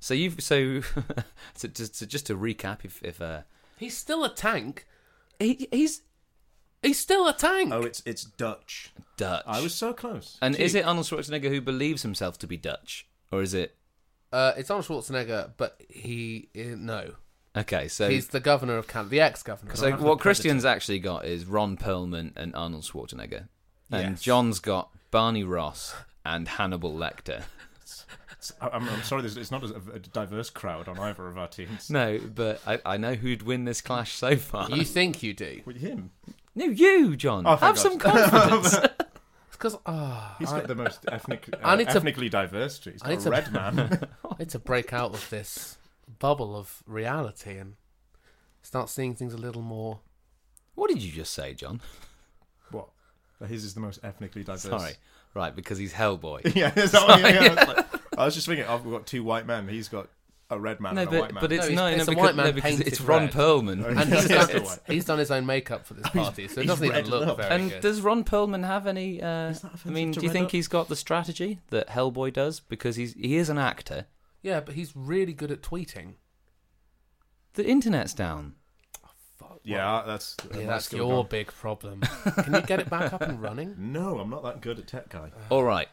[SPEAKER 1] So you've so, so just to, just to recap, if if uh,
[SPEAKER 2] He's still a tank.
[SPEAKER 1] he, he's
[SPEAKER 2] He's still a tank.
[SPEAKER 3] Oh, it's it's Dutch.
[SPEAKER 1] Dutch,
[SPEAKER 3] I was so close.
[SPEAKER 1] and is it Arnold Schwarzenegger who believes himself to be Dutch, or is it
[SPEAKER 2] Uh, it's Arnold Schwarzenegger, but he uh, no.
[SPEAKER 1] okay? So
[SPEAKER 2] He's the governor of Canada, the ex-governor.
[SPEAKER 1] so what Christian's actually got is Ron Perlman and Arnold Schwarzenegger, and
[SPEAKER 3] Yes.
[SPEAKER 1] John's got Barney Ross and Hannibal Lecter.
[SPEAKER 3] It's- I- I'm, I'm sorry, there's- it's not a, a diverse crowd on either of our teams.
[SPEAKER 1] No, but I, I know who'd win this clash so far.
[SPEAKER 2] you think you do?
[SPEAKER 3] With him,
[SPEAKER 1] no, you, John,
[SPEAKER 3] Oh,
[SPEAKER 1] have
[SPEAKER 3] thank
[SPEAKER 1] some
[SPEAKER 3] God.
[SPEAKER 1] confidence.
[SPEAKER 2] Because ah,
[SPEAKER 3] he's got the most ethnic, uh,
[SPEAKER 2] I need to-
[SPEAKER 3] ethnically diverse. He's got
[SPEAKER 2] I need
[SPEAKER 3] a
[SPEAKER 2] to-
[SPEAKER 3] red man.
[SPEAKER 2] I need to break out of this bubble of reality and start seeing things a little more.
[SPEAKER 1] what did you just say, John?
[SPEAKER 3] what? His is the most ethnically diverse.
[SPEAKER 1] Sorry, right because he's Hellboy.
[SPEAKER 3] Yeah, is that what- yeah, I, was like- I was just thinking. I've got two white men. He's got a red man
[SPEAKER 1] No,
[SPEAKER 3] and a white
[SPEAKER 1] but,
[SPEAKER 3] man.
[SPEAKER 1] but it's
[SPEAKER 2] No,
[SPEAKER 1] no, no,
[SPEAKER 2] it's- it's a
[SPEAKER 1] because,
[SPEAKER 2] white man
[SPEAKER 1] no, because
[SPEAKER 2] painted
[SPEAKER 1] it's Ron
[SPEAKER 2] red.
[SPEAKER 1] Perlman.
[SPEAKER 2] And he's
[SPEAKER 3] Yes.
[SPEAKER 2] done, he's done his own makeup for this party, so it doesn't even
[SPEAKER 3] redded
[SPEAKER 2] look
[SPEAKER 3] up.
[SPEAKER 2] very
[SPEAKER 1] And
[SPEAKER 2] good.
[SPEAKER 1] does Ron Perlman have any? Uh,
[SPEAKER 3] that
[SPEAKER 1] I mean,
[SPEAKER 3] offensive to
[SPEAKER 1] do you
[SPEAKER 3] red
[SPEAKER 1] think
[SPEAKER 3] up?
[SPEAKER 1] he's got the strategy that Hellboy does? Because he's he is an actor.
[SPEAKER 2] Yeah, but he's really good at tweeting. Oh,
[SPEAKER 1] The internet's down.
[SPEAKER 2] Fuck.
[SPEAKER 3] yeah, that's
[SPEAKER 2] Yeah,
[SPEAKER 3] my
[SPEAKER 2] that's
[SPEAKER 3] skill
[SPEAKER 2] your
[SPEAKER 3] gone.
[SPEAKER 2] big problem. Can you get it back up and running?
[SPEAKER 3] No, I'm not that good at tech guy.
[SPEAKER 1] All right.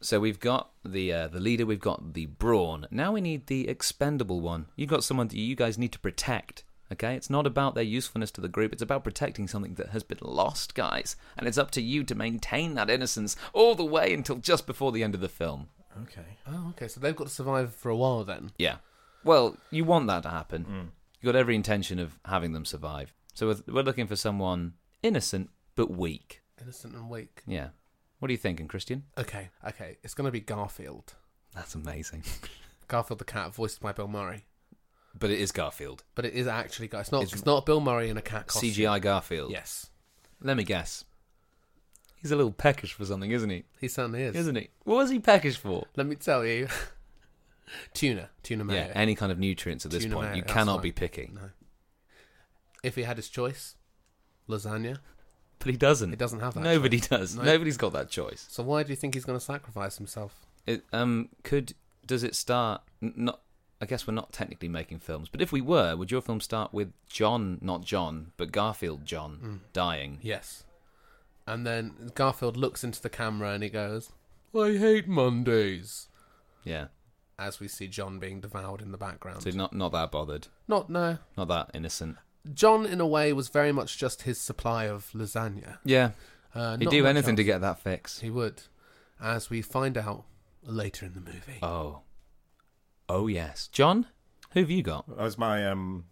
[SPEAKER 1] So we've got the uh, the leader. We've got the brawn. Now we need the expendable one. You've got someone that you guys need to protect. Okay, it's not about their usefulness to the group. It's about protecting something that has been lost, guys. And it's up to you to maintain that innocence all the way until just before the end of the film.
[SPEAKER 3] Okay.
[SPEAKER 2] Oh, okay, so they've got to survive for a while then.
[SPEAKER 1] Yeah. Mm. Well, you want that to happen. You've got every intention of having them survive. So we're, we're looking for someone innocent but weak.
[SPEAKER 2] Innocent and weak.
[SPEAKER 1] Yeah. What are you thinking, Christian?
[SPEAKER 2] Okay, okay, it's going to be Garfield.
[SPEAKER 1] That's amazing.
[SPEAKER 2] Garfield the cat, voiced by Bill Murray.
[SPEAKER 1] But it is Garfield.
[SPEAKER 2] But it is actually Gar- it's not it's, not Bill Murray in a cat costume.
[SPEAKER 1] CGI Garfield.
[SPEAKER 2] Yes,
[SPEAKER 1] Let me guess. He's a little peckish for something, isn't he?
[SPEAKER 2] he certainly is.
[SPEAKER 1] Isn't he? What was he peckish for?
[SPEAKER 2] Let me tell you, tuna, tuna mayo.
[SPEAKER 1] Yeah, any kind of nutrients at this
[SPEAKER 2] Tuna
[SPEAKER 1] point.
[SPEAKER 2] mayo,
[SPEAKER 1] you
[SPEAKER 2] that's
[SPEAKER 1] cannot
[SPEAKER 2] fine.
[SPEAKER 1] be picking.
[SPEAKER 2] If he had his choice, lasagna.
[SPEAKER 1] But he doesn't.
[SPEAKER 2] He doesn't have that. choice.
[SPEAKER 1] Nobody does.
[SPEAKER 2] No.
[SPEAKER 1] Nobody's got that choice.
[SPEAKER 2] So why do you think he's going to sacrifice himself?
[SPEAKER 1] It, um, could does it start? n- Not. I guess we're not technically making films, but if we were, would your film start with John, not John, but Garfield
[SPEAKER 3] Hmm.
[SPEAKER 1] John dying?
[SPEAKER 2] Yes. And then Garfield looks into the camera and he goes, "I hate Mondays."
[SPEAKER 1] Yeah.
[SPEAKER 2] As we see John being devoured in the background.
[SPEAKER 1] So not not that bothered,
[SPEAKER 2] Not no.
[SPEAKER 1] not that innocent.
[SPEAKER 2] John, in a way, was very much just his supply of lasagna.
[SPEAKER 1] Yeah.
[SPEAKER 2] Uh,
[SPEAKER 1] He'd
[SPEAKER 2] not
[SPEAKER 1] do
[SPEAKER 2] much
[SPEAKER 1] anything to
[SPEAKER 2] else.
[SPEAKER 1] get that fix.
[SPEAKER 2] He would, as we find out later in the movie.
[SPEAKER 1] Oh. Oh yes, John. Who have you got?
[SPEAKER 3] That was my um,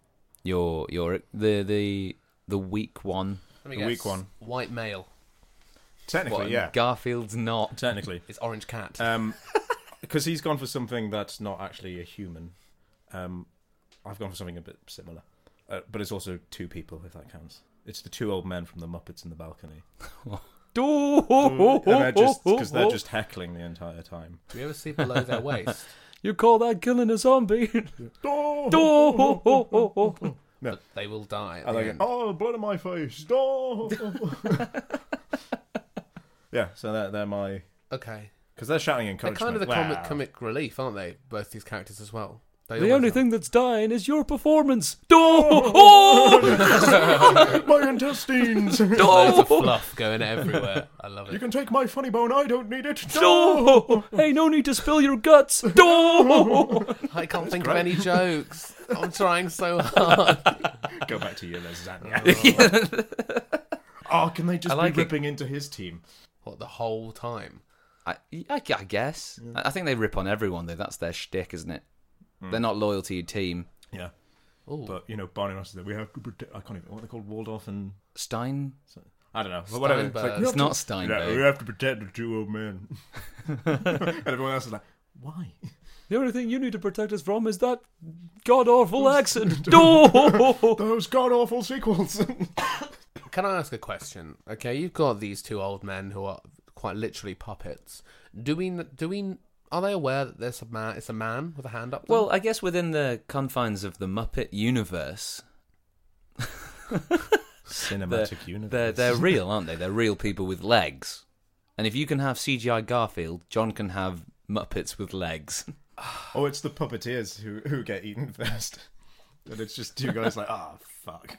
[SPEAKER 1] Your your the the the weak one.
[SPEAKER 2] Let me
[SPEAKER 3] the weak one.
[SPEAKER 2] White male.
[SPEAKER 3] technically,
[SPEAKER 1] What,
[SPEAKER 3] yeah,
[SPEAKER 1] Garfield's not.
[SPEAKER 3] technically,
[SPEAKER 2] It's orange cat.
[SPEAKER 3] um, because he's gone for something that's not actually a human. Um, I've gone for something a bit similar, uh, but it's also two people if that counts. It's the two old men from the Muppets in the balcony, Hmm, and they're just because they're just heckling the entire time.
[SPEAKER 2] Do we ever see below their waist?
[SPEAKER 1] You call that killing a zombie?
[SPEAKER 2] But they will die. At
[SPEAKER 3] And
[SPEAKER 2] the
[SPEAKER 3] they go,
[SPEAKER 2] end.
[SPEAKER 3] oh, blood on my face. Oh. yeah, so they're, they're my.
[SPEAKER 2] Okay.
[SPEAKER 3] Because they're shouting
[SPEAKER 2] They're
[SPEAKER 3] encouragement.
[SPEAKER 2] kind of the
[SPEAKER 3] Wow.
[SPEAKER 2] comic comic relief, aren't they? Both these characters as well. They
[SPEAKER 1] The
[SPEAKER 2] always
[SPEAKER 1] only
[SPEAKER 2] are.
[SPEAKER 1] thing that's dying is your performance. Oh,
[SPEAKER 3] my intestines. you
[SPEAKER 2] Loads of fluff going everywhere. I love it.
[SPEAKER 3] can take my funny bone. I don't need it.
[SPEAKER 1] Hey, no need to spill your guts. Oh.
[SPEAKER 2] I can't think of any jokes. I'm trying so hard.
[SPEAKER 3] Go back to your lasagna. oh, can they just
[SPEAKER 1] I like it.
[SPEAKER 3] be ripping into his team?
[SPEAKER 2] What the whole time?
[SPEAKER 1] I, I, I guess. I I think they rip on everyone, though. That's their shtick, isn't it?
[SPEAKER 3] Hmm.
[SPEAKER 1] They're not loyal to your team.
[SPEAKER 3] Yeah.
[SPEAKER 2] Ooh.
[SPEAKER 3] But, you know, Barney Ross is there. We have to protect. I can't even. What are they called? Waldorf and.
[SPEAKER 1] Stein?
[SPEAKER 3] I don't know. But whatever. It's,
[SPEAKER 2] Steinberg.
[SPEAKER 3] we
[SPEAKER 1] It's
[SPEAKER 3] have
[SPEAKER 1] not
[SPEAKER 3] to-
[SPEAKER 1] Steinberg.
[SPEAKER 3] Yeah, we have to protect the two old men. and everyone else is like, why?
[SPEAKER 1] The only thing you need to protect us from is that god awful accent. No.
[SPEAKER 3] Those god awful sequels.
[SPEAKER 2] Can I ask a question? Okay, you've got these two old men who are quite literally puppets. Do we? Do we? Are they aware that there's a man? It's a man with a hand up. them?
[SPEAKER 1] Well, I guess within the confines of the Muppet universe,
[SPEAKER 3] Cinematic universe.
[SPEAKER 1] they're they're real, aren't they? They're real people with legs. And if you can have CGI Garfield, John can have Muppets with legs.
[SPEAKER 3] Oh, it's the puppeteers who who get eaten first. And it's just two guys like, ah, fuck.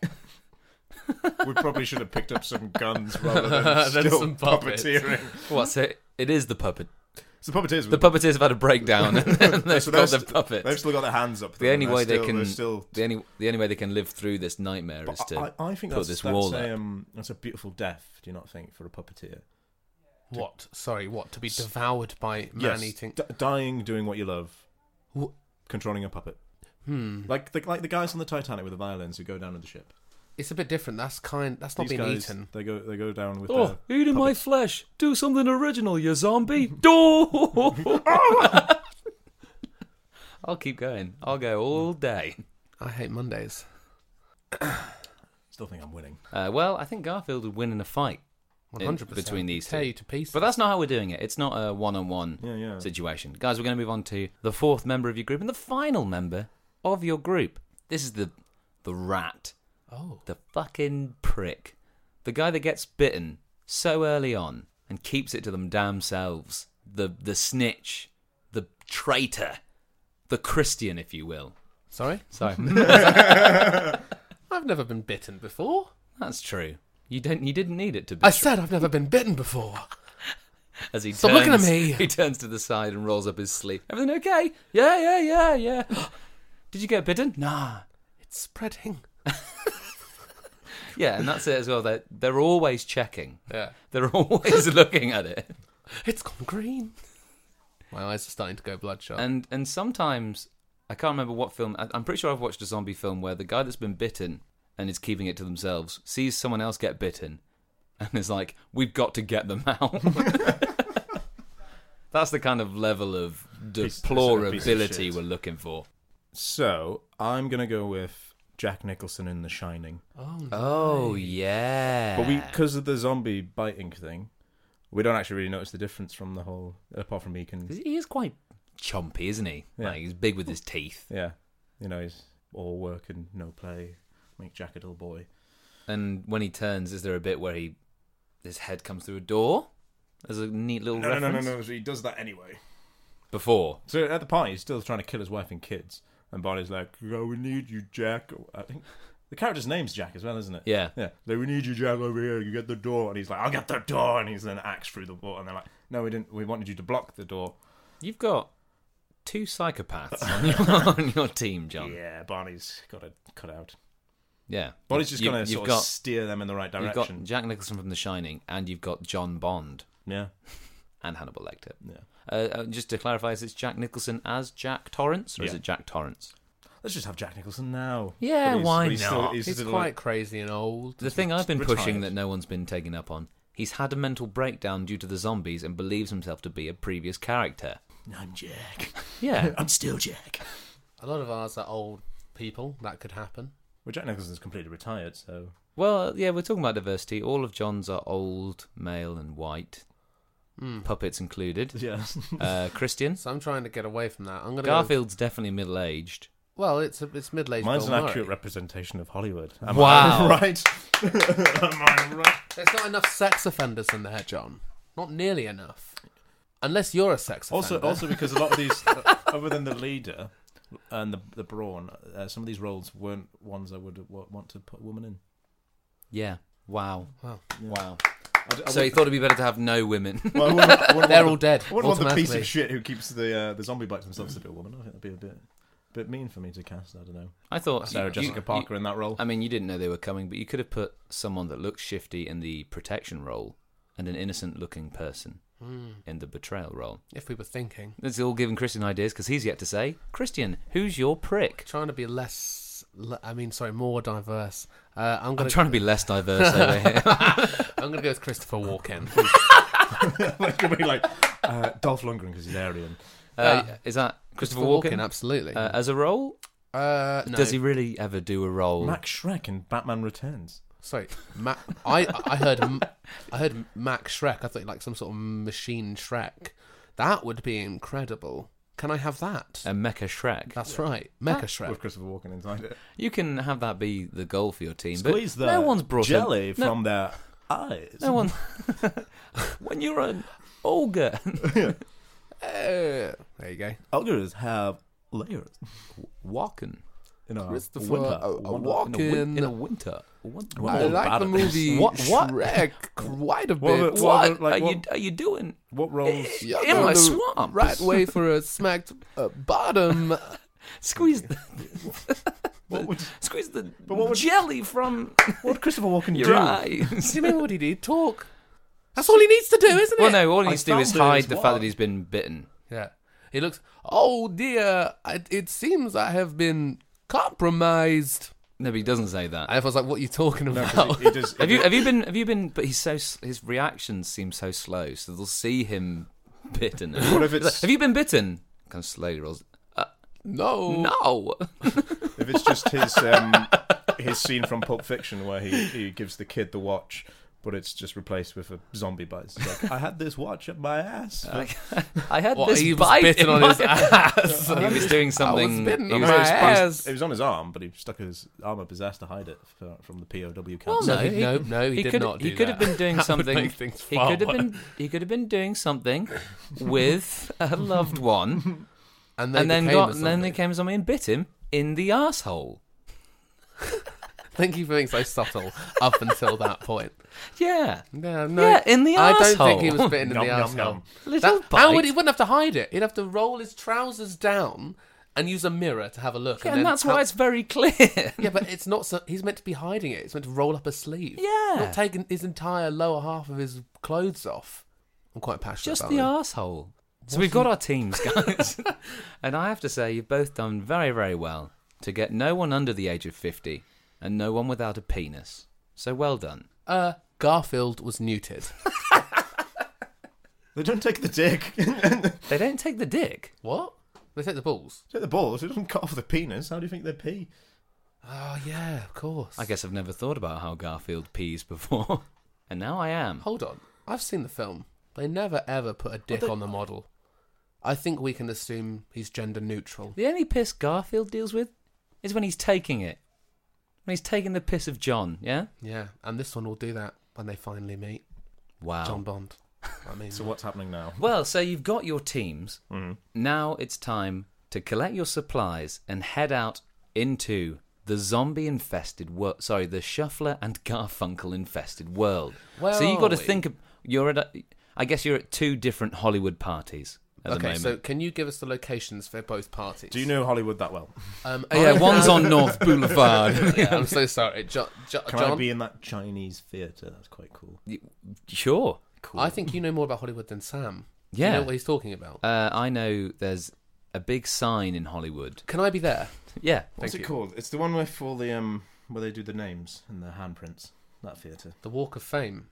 [SPEAKER 3] we probably should have picked up some guns rather than
[SPEAKER 2] Than
[SPEAKER 3] still
[SPEAKER 2] some puppets.
[SPEAKER 3] puppeteering.
[SPEAKER 1] What's it? It is the puppet.
[SPEAKER 3] It's the puppeteers.
[SPEAKER 1] The puppeteers have had a breakdown, and then they've
[SPEAKER 3] so
[SPEAKER 1] got
[SPEAKER 3] they're
[SPEAKER 1] the
[SPEAKER 3] st-
[SPEAKER 1] puppets.
[SPEAKER 3] They've still got their hands up.
[SPEAKER 1] the
[SPEAKER 3] though,
[SPEAKER 1] only
[SPEAKER 3] and they're
[SPEAKER 1] way
[SPEAKER 3] still,
[SPEAKER 1] they can,
[SPEAKER 3] they're still.
[SPEAKER 1] the only the only way they can live through this nightmare is to.
[SPEAKER 3] I, I think
[SPEAKER 1] put
[SPEAKER 3] that's,
[SPEAKER 1] this
[SPEAKER 3] that's
[SPEAKER 1] wall
[SPEAKER 3] a,
[SPEAKER 1] up.
[SPEAKER 3] um, that's a beautiful death. Do you not think for a puppeteer?
[SPEAKER 2] what? Sorry, what? To be devoured by man eating?
[SPEAKER 3] d- dying doing what you love,
[SPEAKER 2] Wh-
[SPEAKER 3] controlling a puppet. Hmm. Like the like the guys on the Titanic with the violins who go down in the ship.
[SPEAKER 2] It's a bit different. That's kind. That's not
[SPEAKER 3] These
[SPEAKER 2] being
[SPEAKER 3] guys,
[SPEAKER 2] eaten.
[SPEAKER 3] they go they go down with.
[SPEAKER 1] Oh,
[SPEAKER 3] their
[SPEAKER 1] eating my
[SPEAKER 3] puppets.
[SPEAKER 1] flesh! Do something original, you zombie! Do. I'll keep going. I'll go all day.
[SPEAKER 2] I hate Mondays.
[SPEAKER 3] Still think I'm winning.
[SPEAKER 1] Uh, well, I think Garfield would win in a fight,
[SPEAKER 2] One hundred percent
[SPEAKER 1] between these
[SPEAKER 2] tear
[SPEAKER 1] two.
[SPEAKER 2] you to pieces.
[SPEAKER 1] but that's not how we're doing it. It's not a one-on-one
[SPEAKER 3] Yeah, yeah.
[SPEAKER 1] situation, guys. We're going to move on to the fourth member of your group and the final member of your group. This is the the rat.
[SPEAKER 2] oh,
[SPEAKER 1] the fucking prick. The guy that gets bitten so early on and keeps it to them damn selves. The the snitch, the traitor, the Christian, if you will.
[SPEAKER 2] sorry.
[SPEAKER 1] So
[SPEAKER 2] I've never been bitten before.
[SPEAKER 1] that's true. You don't. You didn't need it to be.
[SPEAKER 2] I said I've never been bitten before.
[SPEAKER 1] As he
[SPEAKER 2] Stop
[SPEAKER 1] turns,
[SPEAKER 2] looking at me.
[SPEAKER 1] He turns to the side and rolls up his sleeve. Everything okay? Yeah, yeah, yeah, yeah. Did you get bitten? Nah.
[SPEAKER 2] It's spreading.
[SPEAKER 1] Yeah, and that's it as well. They're they're always checking.
[SPEAKER 2] Yeah.
[SPEAKER 1] They're always looking at it.
[SPEAKER 2] It's gone green. My eyes are starting to go bloodshot.
[SPEAKER 1] and and sometimes I can't remember what film. I- I'm pretty sure I've watched a zombie film where the guy that's been bitten and is keeping it to themselves sees someone else get bitten, and is like, "We've got to get them out." That's the kind of level of
[SPEAKER 3] Piece- piece of
[SPEAKER 1] deplorability
[SPEAKER 3] shit.
[SPEAKER 1] we're looking for.
[SPEAKER 3] So I'm gonna go with Jack Nicholson in The Shining,
[SPEAKER 2] Oh,
[SPEAKER 1] Oh yeah.
[SPEAKER 3] but we because of the zombie biting thing, we don't actually really notice the difference from the whole. Apart from he can,
[SPEAKER 1] he is quite chompy, isn't he?
[SPEAKER 3] Yeah.
[SPEAKER 1] Like he's big with his teeth.
[SPEAKER 3] yeah, you know, he's all work and no play. Make Jack a little boy.
[SPEAKER 1] And when he turns, is there a bit where he his head comes through a door? As a neat little
[SPEAKER 3] No, no, no,
[SPEAKER 1] reference
[SPEAKER 3] no, no. So he does that anyway.
[SPEAKER 1] before.
[SPEAKER 3] So at the party, he's still trying to kill his wife and kids, and Barney's like, "Oh, we need you, Jack." I think the character's name's Jack as well, isn't it?
[SPEAKER 1] Yeah.
[SPEAKER 3] Yeah. Like, we need you, Jack, over here. You get the door, and he's like, "I'll get the door," and he's then axe through the door, and they're like, "No, we didn't. We wanted you to block the door."
[SPEAKER 1] You've got two psychopaths on your, on your team, John. Yeah.
[SPEAKER 3] Yeah, Barney's got to cut out.
[SPEAKER 1] Body's
[SPEAKER 3] Barney's just gonna sort of steer them in the right
[SPEAKER 1] You've got
[SPEAKER 3] direction.
[SPEAKER 1] Jack Nicholson from The Shining, and you've got John Bond
[SPEAKER 3] Yeah,
[SPEAKER 1] and Hannibal Lecter.
[SPEAKER 3] yeah.
[SPEAKER 1] Uh, uh, just to clarify, is it Jack Nicholson as Jack Torrance, or is
[SPEAKER 3] Yeah.
[SPEAKER 1] it Jack Torrance?
[SPEAKER 3] Let's just have Jack Nicholson now.
[SPEAKER 1] Yeah,
[SPEAKER 3] But he's-
[SPEAKER 1] why
[SPEAKER 3] but he's still-
[SPEAKER 1] not?
[SPEAKER 3] he's
[SPEAKER 2] he's
[SPEAKER 3] still
[SPEAKER 2] quite crazy and old.
[SPEAKER 1] The thing I've been pushing
[SPEAKER 3] retired.
[SPEAKER 1] that no one's been taking up on. He's had a mental breakdown due to the zombies and believes himself to be a previous character.
[SPEAKER 3] Like, I'm Jack.
[SPEAKER 1] Yeah.
[SPEAKER 3] I'm still Jack.
[SPEAKER 2] A lot of ours are old people. That could happen.
[SPEAKER 3] Well, Jack Nicholson's completely retired, so
[SPEAKER 1] Well, yeah, we're talking about diversity. All of John's are old, male, and white, puppets included.
[SPEAKER 3] yeah.
[SPEAKER 1] Uh, Christian.
[SPEAKER 2] So I'm trying to get away from that. I'm gonna go-
[SPEAKER 1] Garfield's definitely middle aged.
[SPEAKER 2] well, it's a, it's middle aged.
[SPEAKER 3] Mine's an accurate representation of Hollywood. Am
[SPEAKER 1] Wow.
[SPEAKER 3] I right? Am I right?
[SPEAKER 2] There's not enough sex offenders in there, John. Not nearly enough. Unless you're a sex
[SPEAKER 3] Also,
[SPEAKER 2] offender.
[SPEAKER 3] also because a lot of these, uh, other than the leader and the the brawn, uh, some of these roles weren't ones I would w- want to put a woman in.
[SPEAKER 1] Yeah. Wow.
[SPEAKER 2] Wow.
[SPEAKER 1] Wow.
[SPEAKER 3] I, I
[SPEAKER 1] So he
[SPEAKER 3] wouldn't-
[SPEAKER 1] thought it'd be better to have no women.
[SPEAKER 3] well, I wouldn't- I wouldn't
[SPEAKER 2] they're all
[SPEAKER 3] want
[SPEAKER 2] dead.
[SPEAKER 3] the- I wouldn't want the piece
[SPEAKER 2] automatically.
[SPEAKER 3] of shit who keeps the uh, the zombie bites themselves to be a woman. I think that'd be a bit bit mean for me to cast. I don't know.
[SPEAKER 1] I thought
[SPEAKER 3] Sarah
[SPEAKER 1] you-
[SPEAKER 3] Jessica
[SPEAKER 1] you-
[SPEAKER 3] Parker in that role.
[SPEAKER 1] I mean, you didn't know they were coming, but you could have put someone that looks shifty in the protection role and an innocent looking person
[SPEAKER 3] Hmm.
[SPEAKER 1] in the betrayal role.
[SPEAKER 2] If we were thinking,
[SPEAKER 1] That's all giving Christian ideas because he's yet to say, Christian, who's your prick?
[SPEAKER 2] trying to be less. le- I mean, sorry, more diverse. Uh, I'm
[SPEAKER 1] I'm
[SPEAKER 2] gonna.
[SPEAKER 1] trying to be less diverse over here.
[SPEAKER 2] I'm gonna go with Christopher Walken.
[SPEAKER 3] like, it'd be like uh, Dolph Lundgren because he's Aryan.
[SPEAKER 1] Uh, is that Christopher Walken?
[SPEAKER 2] absolutely.
[SPEAKER 1] Uh,
[SPEAKER 2] Uh,
[SPEAKER 1] as a role?
[SPEAKER 2] no.
[SPEAKER 1] Does he really ever do a role?
[SPEAKER 3] Max Shrek in Batman Returns.
[SPEAKER 2] Sorry, Ma- I I heard M- I heard Mac Shrek. I thought like some sort of machine Shrek. That would be incredible. Can I have that?
[SPEAKER 1] a Mecha Shrek.
[SPEAKER 2] That's right, Mecha
[SPEAKER 3] With
[SPEAKER 2] Shrek.
[SPEAKER 3] Christopher Walken inside it.
[SPEAKER 1] You can have that be the goal for your team,
[SPEAKER 3] Squeeze
[SPEAKER 1] but
[SPEAKER 3] the
[SPEAKER 1] no one's brought
[SPEAKER 3] jelly
[SPEAKER 1] a, no-
[SPEAKER 3] from their eyes.
[SPEAKER 1] No one. when you're an ogre,
[SPEAKER 2] Uh, there you go.
[SPEAKER 3] Ogres have layers.
[SPEAKER 1] walking
[SPEAKER 3] You know,
[SPEAKER 2] Christopher
[SPEAKER 3] winter,
[SPEAKER 2] a- a
[SPEAKER 3] wonder-
[SPEAKER 2] walk-
[SPEAKER 1] in a, win- in a
[SPEAKER 2] Walking.
[SPEAKER 1] winter. Win-
[SPEAKER 3] Wow.
[SPEAKER 2] I
[SPEAKER 3] Oh,
[SPEAKER 2] like
[SPEAKER 3] bad
[SPEAKER 2] the
[SPEAKER 3] at
[SPEAKER 2] movie
[SPEAKER 3] this.
[SPEAKER 1] What- what?
[SPEAKER 2] Shrek quite a bit.
[SPEAKER 3] Well, the- well,
[SPEAKER 1] What
[SPEAKER 3] the- like,
[SPEAKER 1] are you
[SPEAKER 3] what-
[SPEAKER 1] are you doing?
[SPEAKER 3] What roles?
[SPEAKER 2] Yeah,
[SPEAKER 1] in
[SPEAKER 2] go
[SPEAKER 1] my
[SPEAKER 2] the
[SPEAKER 1] swamp.
[SPEAKER 2] Right way for a smacked uh, bottom.
[SPEAKER 1] Squeeze the,
[SPEAKER 3] What would,
[SPEAKER 1] squeeze the
[SPEAKER 3] what would-
[SPEAKER 1] jelly from
[SPEAKER 3] what would Christopher Walken
[SPEAKER 1] your
[SPEAKER 3] do?
[SPEAKER 1] eyes.
[SPEAKER 2] Do you know what he did? Talk. That's all he needs to do, isn't it?
[SPEAKER 1] Well, no. All he
[SPEAKER 3] I
[SPEAKER 1] needs to do is
[SPEAKER 3] found it
[SPEAKER 1] hide
[SPEAKER 3] as
[SPEAKER 1] the
[SPEAKER 3] well.
[SPEAKER 1] fact that he's been bitten.
[SPEAKER 2] Yeah. He looks, oh dear, I, it seems I have been compromised.
[SPEAKER 1] No, but he doesn't say that.
[SPEAKER 2] I was like, what are you talking about?
[SPEAKER 3] 'Cause he- he does-
[SPEAKER 1] Have you have you been have you been? But he's so s- his reactions seem so slow. So they'll see him bitten.
[SPEAKER 3] What if it's
[SPEAKER 1] have you been bitten? Kind of slowly rolls. Uh,
[SPEAKER 2] no.
[SPEAKER 1] no.
[SPEAKER 3] if it's just his um, his scene from Pulp Fiction where he, he gives the kid the watch, but it's just replaced with a zombie bite. It's like, I had this watch up my ass.
[SPEAKER 1] I, I had
[SPEAKER 2] Well,
[SPEAKER 1] this
[SPEAKER 2] he was
[SPEAKER 1] bite in
[SPEAKER 2] bitten on
[SPEAKER 1] my-
[SPEAKER 2] his ass.
[SPEAKER 1] He was doing something.
[SPEAKER 2] bitten
[SPEAKER 1] he
[SPEAKER 2] on
[SPEAKER 1] was-
[SPEAKER 3] No, it,
[SPEAKER 2] my
[SPEAKER 3] was,
[SPEAKER 2] ass.
[SPEAKER 3] it was- it was on his arm, but he stuck his arm up his ass to hide it for, from the POW
[SPEAKER 1] Well,
[SPEAKER 3] camp.
[SPEAKER 1] no,
[SPEAKER 2] So he-
[SPEAKER 1] he,
[SPEAKER 2] Oh, no, no, he did
[SPEAKER 1] could,
[SPEAKER 2] not
[SPEAKER 1] He
[SPEAKER 2] do
[SPEAKER 1] could have
[SPEAKER 2] that.
[SPEAKER 1] been doing
[SPEAKER 2] That would
[SPEAKER 1] something.
[SPEAKER 2] make things
[SPEAKER 1] He
[SPEAKER 2] far
[SPEAKER 1] could have been. He could have been doing something with a loved one,
[SPEAKER 2] And,
[SPEAKER 1] and then
[SPEAKER 2] became
[SPEAKER 1] got.
[SPEAKER 2] a
[SPEAKER 1] And then they
[SPEAKER 2] zombie.
[SPEAKER 1] came zombie and bit him in the asshole.
[SPEAKER 2] Thank you for being so subtle up until that point.
[SPEAKER 1] Yeah,
[SPEAKER 2] No, no.
[SPEAKER 1] Yeah, in the
[SPEAKER 2] I don't think he
[SPEAKER 1] asshole.
[SPEAKER 2] was bitten in
[SPEAKER 3] Nom,
[SPEAKER 2] the
[SPEAKER 3] nom,
[SPEAKER 2] asshole.
[SPEAKER 3] nom.
[SPEAKER 1] little
[SPEAKER 2] That-
[SPEAKER 1] bite.
[SPEAKER 2] how would he wouldn't have to hide it? He'd have to roll his trousers down and use a mirror to have a look.
[SPEAKER 1] yeah,
[SPEAKER 2] then
[SPEAKER 1] and that's
[SPEAKER 2] tell-
[SPEAKER 1] why it's very clear.
[SPEAKER 2] Yeah, but it's not. So, he's meant to be hiding it. It's meant to roll up a sleeve.
[SPEAKER 1] Yeah.
[SPEAKER 2] not taking his entire lower half of his clothes off. I'm quite passionate.
[SPEAKER 1] Just
[SPEAKER 2] about
[SPEAKER 1] the
[SPEAKER 2] this.
[SPEAKER 1] asshole. So we've got our teams, guys, and I have to say you've both done very, very well to get no one under the age of fifty and no one without a penis. So well done.
[SPEAKER 2] Uh, Garfield was neutered.
[SPEAKER 3] They don't take the dick.
[SPEAKER 1] They don't take the dick.
[SPEAKER 2] what? They take the balls.
[SPEAKER 3] Take the balls. It doesn't cut off the penis. How do you think they pee?
[SPEAKER 2] Oh yeah, of course.
[SPEAKER 1] I guess I've never thought about how Garfield pees before, and now I am.
[SPEAKER 2] Hold on. I've seen the film. They never ever put a dick
[SPEAKER 3] they-
[SPEAKER 2] on the model. I think we can assume he's gender neutral.
[SPEAKER 1] The only piss Garfield deals with is when he's taking it. When he's taking the piss of John, yeah?
[SPEAKER 2] Yeah, and this one will do that when they finally meet.
[SPEAKER 1] Wow.
[SPEAKER 2] John Bond. I mean,
[SPEAKER 3] So what's happening now? Mm.
[SPEAKER 1] Well, so you've got your teams. Now it's time to collect your supplies and head out into the zombie infested world. Sorry, the Shuffler and Garfunkel infested world.
[SPEAKER 2] Where
[SPEAKER 1] so you've
[SPEAKER 2] are
[SPEAKER 1] got to
[SPEAKER 2] we?
[SPEAKER 1] think of. You're at. A, I guess you're at two different Hollywood parties at the
[SPEAKER 2] okay.
[SPEAKER 1] moment.
[SPEAKER 2] So can you give us the locations for both parties?
[SPEAKER 3] Do you know Hollywood that well?
[SPEAKER 2] Um,
[SPEAKER 1] Oh, yeah,
[SPEAKER 2] I-
[SPEAKER 1] one's on North Boulevard.
[SPEAKER 2] yeah, I'm so sorry, jo- Jo-
[SPEAKER 3] Can
[SPEAKER 2] John.
[SPEAKER 3] I be in that Chinese theatre? That's quite cool.
[SPEAKER 1] sure.
[SPEAKER 3] Cool.
[SPEAKER 2] I think you know more about Hollywood than Sam.
[SPEAKER 1] Yeah.
[SPEAKER 2] you know what he's talking about.
[SPEAKER 1] Uh, I know there's a big sign in Hollywood.
[SPEAKER 2] Can I be there?
[SPEAKER 1] Yeah.
[SPEAKER 3] What's
[SPEAKER 2] Thank
[SPEAKER 3] it
[SPEAKER 2] you.
[SPEAKER 3] called? It's the one where for the um where they do the names and the handprints. That theatre.
[SPEAKER 2] The Walk of Fame.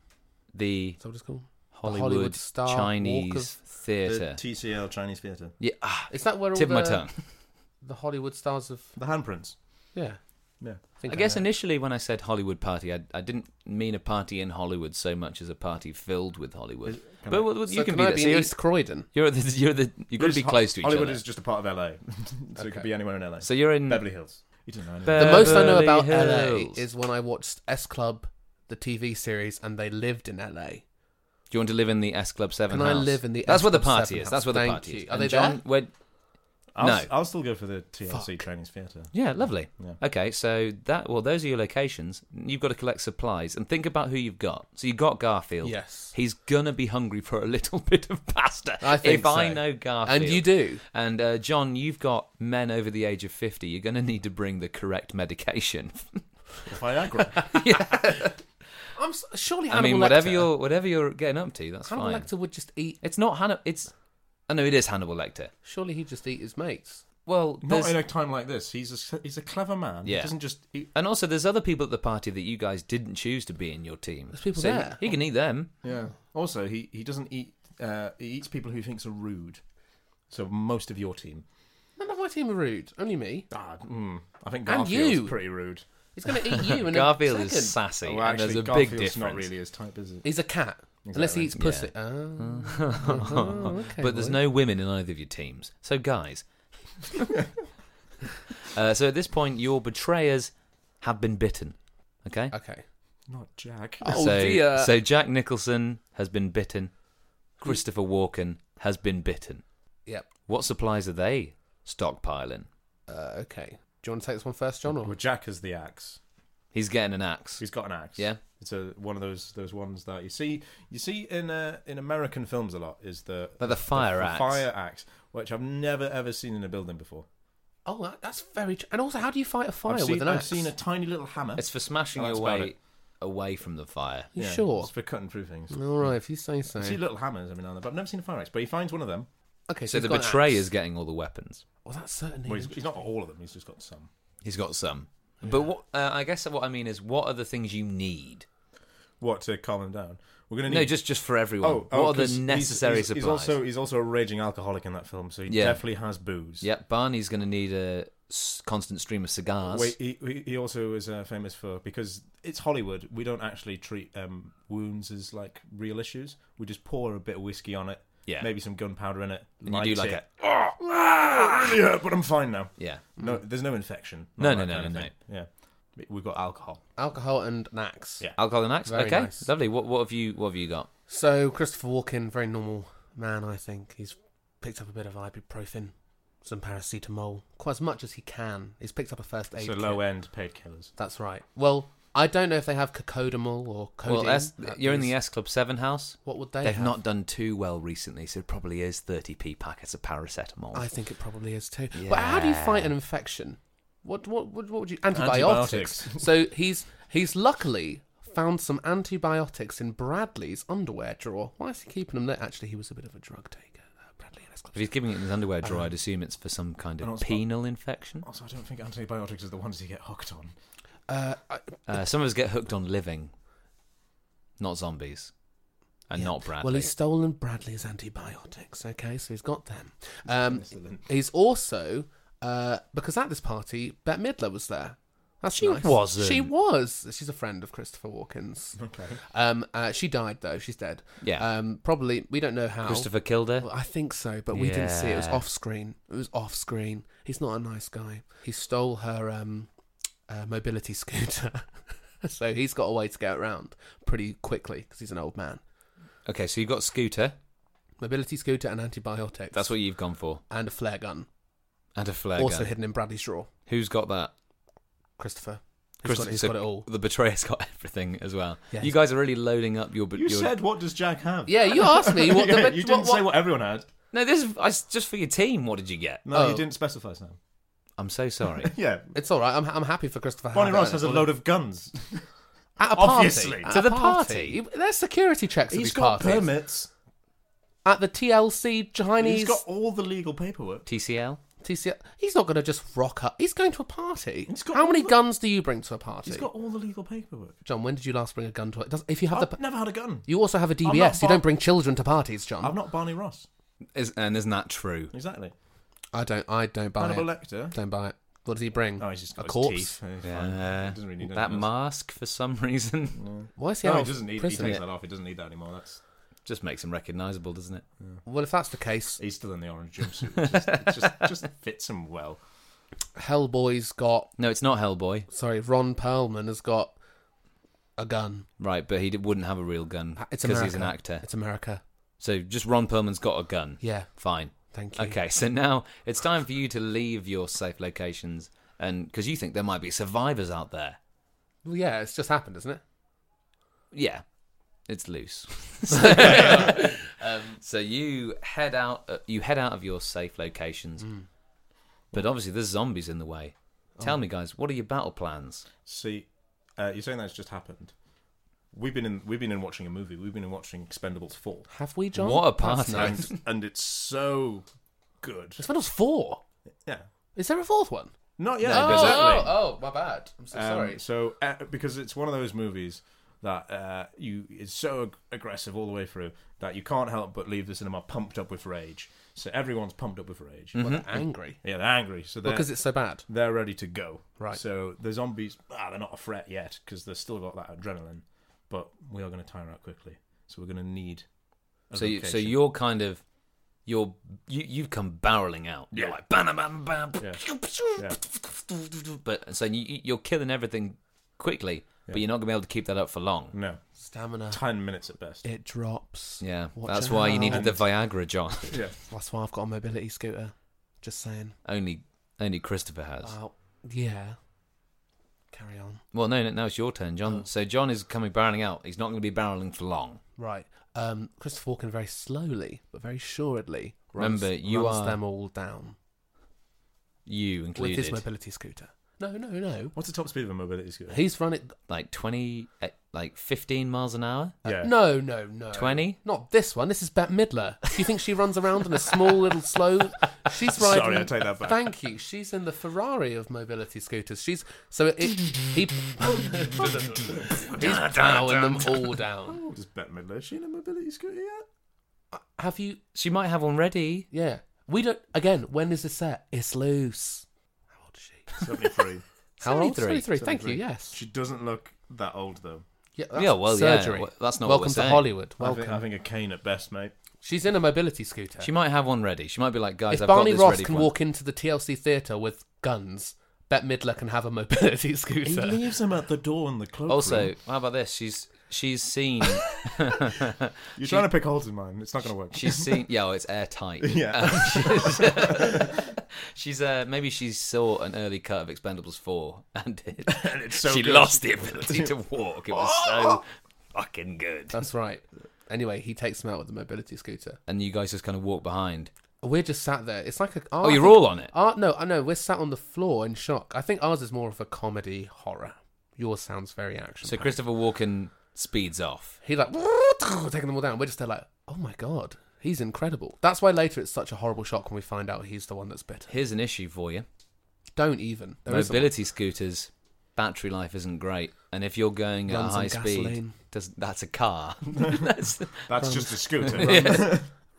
[SPEAKER 1] The
[SPEAKER 2] Is that what it's called?
[SPEAKER 1] Hollywood,
[SPEAKER 2] Hollywood Star Walk
[SPEAKER 1] Chinese
[SPEAKER 2] of-
[SPEAKER 3] The
[SPEAKER 1] Theatre.
[SPEAKER 3] TCL Chinese Theatre.
[SPEAKER 1] yeah. Ah,
[SPEAKER 2] Is that where all
[SPEAKER 1] tip
[SPEAKER 2] the,
[SPEAKER 1] my tongue.
[SPEAKER 2] the Hollywood stars of
[SPEAKER 3] The handprints.
[SPEAKER 2] yeah?
[SPEAKER 3] Yeah.
[SPEAKER 2] think
[SPEAKER 1] I guess
[SPEAKER 2] know.
[SPEAKER 1] initially when I said Hollywood party, I, I didn't mean a party in Hollywood so much as a party filled with Hollywood.
[SPEAKER 3] can
[SPEAKER 1] but
[SPEAKER 3] I-
[SPEAKER 1] well, well, you
[SPEAKER 2] So
[SPEAKER 1] can,
[SPEAKER 2] I
[SPEAKER 1] be,
[SPEAKER 2] be
[SPEAKER 1] there. So
[SPEAKER 2] in
[SPEAKER 1] you're,
[SPEAKER 2] East Croydon.
[SPEAKER 1] you're, the, you're the you've got to be
[SPEAKER 3] Ho-
[SPEAKER 1] close to each
[SPEAKER 3] Hollywood
[SPEAKER 1] other.
[SPEAKER 3] is just a part of LA, so it
[SPEAKER 2] Okay.
[SPEAKER 3] could be anywhere in LA.
[SPEAKER 1] So mm. you're in
[SPEAKER 3] Beverly Hills. You don't know.
[SPEAKER 1] Be-
[SPEAKER 3] Anything.
[SPEAKER 2] The most I know
[SPEAKER 1] Beverly
[SPEAKER 2] about
[SPEAKER 1] Hills.
[SPEAKER 2] LA is when I watched S Club, the TV series, and they lived in LA.
[SPEAKER 1] Do you want to live in the S Club Seven?
[SPEAKER 2] Can I
[SPEAKER 1] house?
[SPEAKER 2] live in the
[SPEAKER 1] That's
[SPEAKER 2] S
[SPEAKER 1] where the
[SPEAKER 2] Club
[SPEAKER 1] party
[SPEAKER 2] 7
[SPEAKER 1] is.
[SPEAKER 2] house?
[SPEAKER 1] That's where the
[SPEAKER 2] Thank
[SPEAKER 1] party is.
[SPEAKER 2] you. Are
[SPEAKER 1] And
[SPEAKER 2] they
[SPEAKER 1] John,
[SPEAKER 2] there?
[SPEAKER 1] where-
[SPEAKER 3] I'll,
[SPEAKER 1] no.
[SPEAKER 3] s- I'll still go for the TLC Chinese Theatre.
[SPEAKER 1] yeah, lovely.
[SPEAKER 3] Yeah.
[SPEAKER 1] Okay, so that well, those are your locations. You've got to collect supplies and think about who you've got. So you've got Garfield.
[SPEAKER 2] Yes.
[SPEAKER 1] he's gonna be hungry for a little bit of pasta.
[SPEAKER 2] I think
[SPEAKER 1] if I
[SPEAKER 2] so.
[SPEAKER 1] know Garfield,
[SPEAKER 2] And you do.
[SPEAKER 1] And uh, John, you've got men over the age of 50. You're going to need to bring the correct medication.
[SPEAKER 3] Viagra.
[SPEAKER 2] I'm s- surely
[SPEAKER 1] I
[SPEAKER 2] Hannibal
[SPEAKER 1] mean, whatever
[SPEAKER 2] Lecter.
[SPEAKER 1] you're whatever you're getting up to, that's
[SPEAKER 2] Hannibal
[SPEAKER 1] fine.
[SPEAKER 2] Lecter would just eat.
[SPEAKER 1] It's not Hannibal. It's I know it is Hannibal Lecter.
[SPEAKER 2] Surely he'd just eat his mates.
[SPEAKER 1] Well,
[SPEAKER 3] Not
[SPEAKER 1] there's,
[SPEAKER 3] in a time like this. He's a he's a clever man.
[SPEAKER 1] Yeah.
[SPEAKER 3] He doesn't just. He,
[SPEAKER 1] and also there's other people at the party that you guys didn't choose to be in your team.
[SPEAKER 2] There's people
[SPEAKER 1] So
[SPEAKER 2] there.
[SPEAKER 1] He can eat them.
[SPEAKER 3] yeah. Also, he he doesn't eat. Uh, he eats people who he thinks are rude. So most of your team.
[SPEAKER 2] None of my team are rude. Only me.
[SPEAKER 3] Ah, mm, I think
[SPEAKER 2] And
[SPEAKER 3] Garfield's
[SPEAKER 2] you.
[SPEAKER 3] pretty rude.
[SPEAKER 2] He's going to eat you. In
[SPEAKER 1] Garfield
[SPEAKER 2] a second.
[SPEAKER 1] is sassy,
[SPEAKER 3] Well,
[SPEAKER 1] and
[SPEAKER 3] Oh, actually,
[SPEAKER 1] Oh, there's a
[SPEAKER 3] Garfield's
[SPEAKER 1] big difference.
[SPEAKER 3] not really his type, is it?
[SPEAKER 2] He's a cat. Unless he eats pussy.
[SPEAKER 1] Exactly.
[SPEAKER 2] Oh. okay,
[SPEAKER 1] but there's
[SPEAKER 2] boy.
[SPEAKER 1] no women in either of your teams. So guys, uh, so at this point, your betrayers have been bitten. Okay.
[SPEAKER 2] Okay.
[SPEAKER 3] Not Jack.
[SPEAKER 2] Oh,
[SPEAKER 1] so,
[SPEAKER 2] dear.
[SPEAKER 1] so Jack Nicholson has been bitten. Christopher Walken has been bitten.
[SPEAKER 2] Yep.
[SPEAKER 1] What supplies are they stockpiling?
[SPEAKER 2] Uh, okay. Do you want to take this one first, John?
[SPEAKER 3] Well,
[SPEAKER 2] Or...
[SPEAKER 3] Jack is the axe.
[SPEAKER 1] He's getting an axe.
[SPEAKER 3] He's got an axe.
[SPEAKER 1] Yeah.
[SPEAKER 3] It's a one of those those ones that you see you see in uh, in American films a lot is the
[SPEAKER 1] Like the fire axe.
[SPEAKER 3] fire axe, which I've never ever seen in a building before.
[SPEAKER 2] Oh, that- that's very. tr- And also, how do you fight a fire
[SPEAKER 3] I've seen,
[SPEAKER 2] with an
[SPEAKER 3] I've
[SPEAKER 2] axe?
[SPEAKER 3] seen a tiny little hammer.
[SPEAKER 1] It's for smashing
[SPEAKER 3] Oh, that's
[SPEAKER 1] away
[SPEAKER 3] about it.
[SPEAKER 1] away from the fire.
[SPEAKER 2] You
[SPEAKER 3] Yeah,
[SPEAKER 2] sure?
[SPEAKER 3] It's for cutting through things.
[SPEAKER 2] All right, if you say so.
[SPEAKER 3] I see little hammers every now and then, but I've never seen a fire axe. But he finds one of them.
[SPEAKER 2] Okay,
[SPEAKER 1] So
[SPEAKER 2] he's
[SPEAKER 1] the
[SPEAKER 2] got an
[SPEAKER 1] betrayer
[SPEAKER 2] axe.
[SPEAKER 1] is getting all the weapons.
[SPEAKER 2] Well, that's certainly.
[SPEAKER 3] Well, he's, he's not got all of them. He's just got some.
[SPEAKER 1] He's got some. But what uh, I guess what I mean is, what are the things you need?
[SPEAKER 3] What to calm him down? We're gonna need.
[SPEAKER 1] No, just just for everyone.
[SPEAKER 3] Oh, oh,
[SPEAKER 1] what are
[SPEAKER 3] 'cause
[SPEAKER 1] the
[SPEAKER 3] he's-
[SPEAKER 1] necessary
[SPEAKER 3] he's,
[SPEAKER 1] supplies?
[SPEAKER 3] He's also he's also a raging alcoholic in that film, so he
[SPEAKER 1] Yeah.
[SPEAKER 3] definitely has booze.
[SPEAKER 1] Yep, Barney's going to need a s- constant stream of cigars.
[SPEAKER 3] Wait, he- he, he also is uh, famous for because it's Hollywood. We don't actually treat um, wounds as like real issues. We just pour a bit of whiskey on it,
[SPEAKER 1] Yeah.
[SPEAKER 3] maybe some gunpowder in it.
[SPEAKER 1] and you do like
[SPEAKER 3] light it. Ah, it really hurt, but I'm fine now.
[SPEAKER 1] a yeah.
[SPEAKER 3] No, there's no infection.
[SPEAKER 1] Mm-hmm. No,
[SPEAKER 3] Not
[SPEAKER 1] no,
[SPEAKER 3] that
[SPEAKER 1] no,
[SPEAKER 3] kind of
[SPEAKER 1] no,
[SPEAKER 3] thing. Yeah, we've got alcohol.
[SPEAKER 2] Alcohol and an axe.
[SPEAKER 3] Yeah.
[SPEAKER 1] Alcohol and axe.
[SPEAKER 2] Very
[SPEAKER 1] okay,
[SPEAKER 2] nice.
[SPEAKER 1] lovely. What what have you what have you got?
[SPEAKER 2] So Christopher Walken, very normal man, I think. He's picked up a bit of ibuprofen, some paracetamol, quite as much as he can. He's picked up a first aid.
[SPEAKER 3] so
[SPEAKER 2] kit.
[SPEAKER 1] E.
[SPEAKER 3] low end painkillers.
[SPEAKER 2] That's right. Well, I don't know if they have cocodamol or codeine.
[SPEAKER 1] Well, S,
[SPEAKER 2] at
[SPEAKER 1] you're in
[SPEAKER 2] these-
[SPEAKER 1] the S Club Seven house.
[SPEAKER 2] What would they?
[SPEAKER 1] They've
[SPEAKER 2] have?
[SPEAKER 1] not done too well recently, so it probably is 30p packets of paracetamol.
[SPEAKER 2] I think it probably is too. But how do you fight an infection? What what what, what would you antibiotics?
[SPEAKER 3] Antibiotics.
[SPEAKER 2] so he's he's luckily found some antibiotics in Bradley's underwear drawer. Why is he keeping them there? Actually, he was a bit of a drug taker. Uh, Bradley, let's go-
[SPEAKER 1] If he's giving it in his underwear drawer,
[SPEAKER 2] Uh-huh.
[SPEAKER 1] I'd assume it's for some kind
[SPEAKER 3] I know
[SPEAKER 1] of
[SPEAKER 3] it's not-
[SPEAKER 1] penal infection.
[SPEAKER 2] Oh.
[SPEAKER 3] Also, I don't think antibiotics are the ones you get hooked on.
[SPEAKER 2] Uh, I-
[SPEAKER 1] Uh, some of us get hooked on living, not zombies. and
[SPEAKER 2] Yeah.
[SPEAKER 1] not Bradley.
[SPEAKER 2] Well, he's stolen Bradley's antibiotics. Okay, so he's got them. Um,
[SPEAKER 3] Penicillin.
[SPEAKER 2] he's also uh, because at this party, Bette Midler was there. That's
[SPEAKER 1] She
[SPEAKER 2] nice.
[SPEAKER 1] wasn't.
[SPEAKER 2] She was. She's a friend of Christopher Walken's.
[SPEAKER 3] Okay.
[SPEAKER 2] Um, uh, she died though. She's dead.
[SPEAKER 1] yeah,
[SPEAKER 2] Um, probably we don't know how.
[SPEAKER 1] Christopher killed her.
[SPEAKER 2] Well, I think so, but we didn't see it. It was
[SPEAKER 1] Yeah.
[SPEAKER 2] off screen. It was off screen. He's not a nice guy. He stole her um, uh, mobility scooter, so he's got a way to get around pretty quickly because he's an old man.
[SPEAKER 1] Okay, so you got Scooter.
[SPEAKER 2] Mobility scooter and antibiotics.
[SPEAKER 1] That's what you've gone for,
[SPEAKER 2] And a flare gun,
[SPEAKER 1] and a flare
[SPEAKER 2] also
[SPEAKER 1] gun.
[SPEAKER 2] hidden in Bradley's drawer.
[SPEAKER 1] Who's got that?
[SPEAKER 2] Christopher. He's
[SPEAKER 1] Christopher-
[SPEAKER 2] got, he's
[SPEAKER 1] so
[SPEAKER 2] got it all.
[SPEAKER 1] The betrayer's got everything as well.
[SPEAKER 2] Yeah,
[SPEAKER 1] you
[SPEAKER 2] he's-
[SPEAKER 1] guys are really loading up your.
[SPEAKER 3] You
[SPEAKER 1] your,
[SPEAKER 3] said, what does Jack have?
[SPEAKER 2] Yeah, you asked me what the
[SPEAKER 3] Yeah, you didn't
[SPEAKER 2] what,
[SPEAKER 3] say what everyone had.
[SPEAKER 1] no. This is I, just for your team. What did you get?
[SPEAKER 3] No,
[SPEAKER 2] Oh.
[SPEAKER 3] you didn't specify, Sam.
[SPEAKER 1] I'm so sorry.
[SPEAKER 3] Yeah.
[SPEAKER 2] It's all right. I'm I'm happy for Christopher.
[SPEAKER 3] Bonnie
[SPEAKER 2] Halliday.
[SPEAKER 3] Ross has a load of guns.
[SPEAKER 2] at a party.
[SPEAKER 3] Obviously.
[SPEAKER 2] At
[SPEAKER 1] To
[SPEAKER 2] a
[SPEAKER 1] the
[SPEAKER 2] party. There's security checks at
[SPEAKER 3] He's
[SPEAKER 2] these
[SPEAKER 3] got
[SPEAKER 2] parties.
[SPEAKER 3] permits.
[SPEAKER 2] At the TLC Chinese.
[SPEAKER 3] He's got all the legal paperwork.
[SPEAKER 1] TCL.
[SPEAKER 2] TCL. He's not going to just rock up. He's going to a party.
[SPEAKER 3] He's got
[SPEAKER 2] How
[SPEAKER 3] all
[SPEAKER 2] many
[SPEAKER 3] the-
[SPEAKER 2] guns do you bring to a party?
[SPEAKER 3] He's got all the legal paperwork.
[SPEAKER 2] John, when did you last bring a gun to it? Does, if you have the,
[SPEAKER 3] I've never had a gun.
[SPEAKER 2] you also have a
[SPEAKER 3] not
[SPEAKER 2] DBS. You
[SPEAKER 3] bar-
[SPEAKER 2] don't bring children to parties, John.
[SPEAKER 3] I'm not Barney Ross.
[SPEAKER 1] Is, and isn't that true?
[SPEAKER 3] Exactly.
[SPEAKER 2] I don't. I don't buy
[SPEAKER 3] Hannibal
[SPEAKER 2] it.
[SPEAKER 3] Lecter.
[SPEAKER 2] Don't buy it. What does he bring?
[SPEAKER 3] Oh, he's just
[SPEAKER 2] Oh,
[SPEAKER 3] got
[SPEAKER 2] a
[SPEAKER 3] his
[SPEAKER 2] corpse.
[SPEAKER 3] teeth. He's fine.
[SPEAKER 1] Yeah.
[SPEAKER 3] Doesn't really need
[SPEAKER 1] that
[SPEAKER 3] anything else.
[SPEAKER 1] mask for some reason
[SPEAKER 2] Why is he
[SPEAKER 3] No,
[SPEAKER 2] out
[SPEAKER 3] he
[SPEAKER 2] of
[SPEAKER 3] doesn't need. He
[SPEAKER 2] prison?
[SPEAKER 3] takes
[SPEAKER 2] yet?
[SPEAKER 3] that off. He doesn't need that anymore. That's
[SPEAKER 1] just makes him recognisable, doesn't it?
[SPEAKER 2] Well, if that's the case,
[SPEAKER 3] he's still in the orange jumpsuit. It just, it just, just fits him well.
[SPEAKER 2] Hellboy's got.
[SPEAKER 1] No, it's not Hellboy,
[SPEAKER 2] Sorry, Ron Perlman has got a gun.
[SPEAKER 1] right? But he d- wouldn't have a real gun
[SPEAKER 2] It's
[SPEAKER 1] because he's an
[SPEAKER 2] America.
[SPEAKER 1] actor.
[SPEAKER 2] It's America.
[SPEAKER 1] So just Ron Perlman's got a gun.
[SPEAKER 2] Yeah.
[SPEAKER 1] Fine.
[SPEAKER 2] Thank you.
[SPEAKER 1] Okay, so now it's time for you to leave your safe locations, and because you think there might be survivors out there.
[SPEAKER 2] Well, yeah, it's just happened, isn't it?
[SPEAKER 1] Yeah, it's loose. so, so you head out. uh, You head out of your safe locations,
[SPEAKER 3] Mm.
[SPEAKER 1] but obviously there's zombies in the way.
[SPEAKER 3] Oh.
[SPEAKER 1] Tell me, guys, what are your battle plans?
[SPEAKER 3] See, uh, you're saying that's just happened. We've been in. We've been in watching a movie. We've been in watching Expendables Four,
[SPEAKER 2] Have we, John?
[SPEAKER 1] What a party.
[SPEAKER 2] That's nice.
[SPEAKER 3] and and it's so good.
[SPEAKER 2] Expendables four.
[SPEAKER 3] Yeah.
[SPEAKER 2] Is there a fourth one?
[SPEAKER 3] Not yet.
[SPEAKER 1] No,
[SPEAKER 2] Oh,
[SPEAKER 3] exactly.
[SPEAKER 2] oh, my bad. I'm so
[SPEAKER 3] Um,
[SPEAKER 2] sorry.
[SPEAKER 3] So uh, because it's one of those movies that uh, you it's so ag- aggressive all the way through that you can't help but leave the cinema pumped up with rage. So everyone's pumped up with rage.
[SPEAKER 2] Well,
[SPEAKER 1] mm-hmm.
[SPEAKER 2] they're angry
[SPEAKER 3] Yeah, they're angry. So they're,
[SPEAKER 2] because it's so bad.
[SPEAKER 3] they're ready to go.
[SPEAKER 2] Right.
[SPEAKER 3] So the zombies, ah, they're not a threat yet because they've still got that adrenaline. But we are going to tire out quickly. So we're going to need. A
[SPEAKER 1] So, you, so
[SPEAKER 3] location.
[SPEAKER 1] you're kind of you're you, you've come barreling out. You're
[SPEAKER 3] Yeah.
[SPEAKER 1] like bam, bam, bam, bam.
[SPEAKER 3] Yeah.
[SPEAKER 1] But so you, you're killing everything quickly, but you're not gonna be able to keep that up for long.
[SPEAKER 3] no
[SPEAKER 2] Stamina.
[SPEAKER 3] ten minutes at best.
[SPEAKER 2] It drops.
[SPEAKER 1] Yeah,
[SPEAKER 2] Watch
[SPEAKER 1] that's why you
[SPEAKER 2] out.
[SPEAKER 1] needed the Viagra, John.
[SPEAKER 3] Yeah.
[SPEAKER 2] That's why I've got a mobility scooter. Just saying.
[SPEAKER 1] only only Christopher has.
[SPEAKER 2] Oh, yeah. Carry on.
[SPEAKER 1] Well, no, no, now it's your turn, John. So John is coming barreling out. He's not going to be barreling for long.
[SPEAKER 2] Right. Um, Christopher Walken very slowly but very assuredly runs,
[SPEAKER 1] Remember, you
[SPEAKER 2] runs
[SPEAKER 1] are-
[SPEAKER 2] them all down
[SPEAKER 1] You
[SPEAKER 2] with his
[SPEAKER 1] included,
[SPEAKER 2] mobility scooter. No, no, no.
[SPEAKER 3] What's the top speed of a mobility scooter?
[SPEAKER 2] He's run it.
[SPEAKER 1] like twenty, eh, like fifteen miles an hour.
[SPEAKER 3] Yeah.
[SPEAKER 2] uh, No, no, no.
[SPEAKER 1] 20?
[SPEAKER 2] Not this one. This is Bette Midler. Do you think she runs around in a small little slow? She's riding.
[SPEAKER 3] Sorry, I take that back.
[SPEAKER 2] Thank you. She's in the Ferrari of mobility scooters. She's so it, it- he. he's bowing them all down.
[SPEAKER 3] Oh, does Bette Midler is she in a mobility scooter yet?
[SPEAKER 2] Have you?
[SPEAKER 1] She might have one ready.
[SPEAKER 2] Yeah. We don't. Again, when is this set? It's loose. How old is she?
[SPEAKER 3] Seventy-three.
[SPEAKER 2] How old?
[SPEAKER 1] 73.
[SPEAKER 2] Seventy-three. Thank you. Yes.
[SPEAKER 3] She doesn't look that old though.
[SPEAKER 2] Yeah. that's
[SPEAKER 1] Yeah, well, yeah,
[SPEAKER 2] surgery.
[SPEAKER 1] well, that's not what
[SPEAKER 2] Welcome
[SPEAKER 1] we're
[SPEAKER 2] to
[SPEAKER 1] saying.
[SPEAKER 2] Hollywood.
[SPEAKER 3] I
[SPEAKER 2] Welcome.
[SPEAKER 3] think, I think a cane at best, mate.
[SPEAKER 2] She's in a mobility scooter.
[SPEAKER 1] She might have one ready. She might be like, guys,
[SPEAKER 2] if
[SPEAKER 1] I've
[SPEAKER 2] Barney
[SPEAKER 1] got this
[SPEAKER 2] Ross
[SPEAKER 1] ready
[SPEAKER 2] can
[SPEAKER 1] for-
[SPEAKER 2] walk into the TLC theatre with guns, Bette Midler can have a mobility scooter.
[SPEAKER 3] leaves them at the door in the cloakroom.
[SPEAKER 1] Also, how about this? She's she's seen
[SPEAKER 3] you're trying to pick holes in mine. It's not going to work.
[SPEAKER 1] she's seen. Yeah, oh, it's airtight.
[SPEAKER 3] yeah,
[SPEAKER 1] She's uh maybe she saw an early cut of Expendables four and it,
[SPEAKER 3] it's so
[SPEAKER 1] she
[SPEAKER 3] good.
[SPEAKER 1] lost the ability to walk. It was so fucking good.
[SPEAKER 2] That's right. Anyway, he takes him out with the mobility scooter.
[SPEAKER 1] And you guys just kind of walk behind.
[SPEAKER 2] We're just sat there. It's like a.
[SPEAKER 1] Oh, you're all on it.
[SPEAKER 2] Our, no, I know. We're sat on the floor in shock. I think ours is more of a comedy horror. Yours sounds very action.
[SPEAKER 1] So Christopher Walken speeds off.
[SPEAKER 2] He like taking them all down. We're just there like, oh my god, he's incredible. That's why later it's such a horrible shock when we find out he's the one that's bitten.
[SPEAKER 1] Here's an issue for you.
[SPEAKER 2] Don't even. There isn't one.
[SPEAKER 1] Mobility scooters battery life isn't great, and if you're going at
[SPEAKER 2] Runs on
[SPEAKER 1] high speed,
[SPEAKER 2] gasoline.
[SPEAKER 1] does, that's a car. that's,
[SPEAKER 3] That's just a scooter.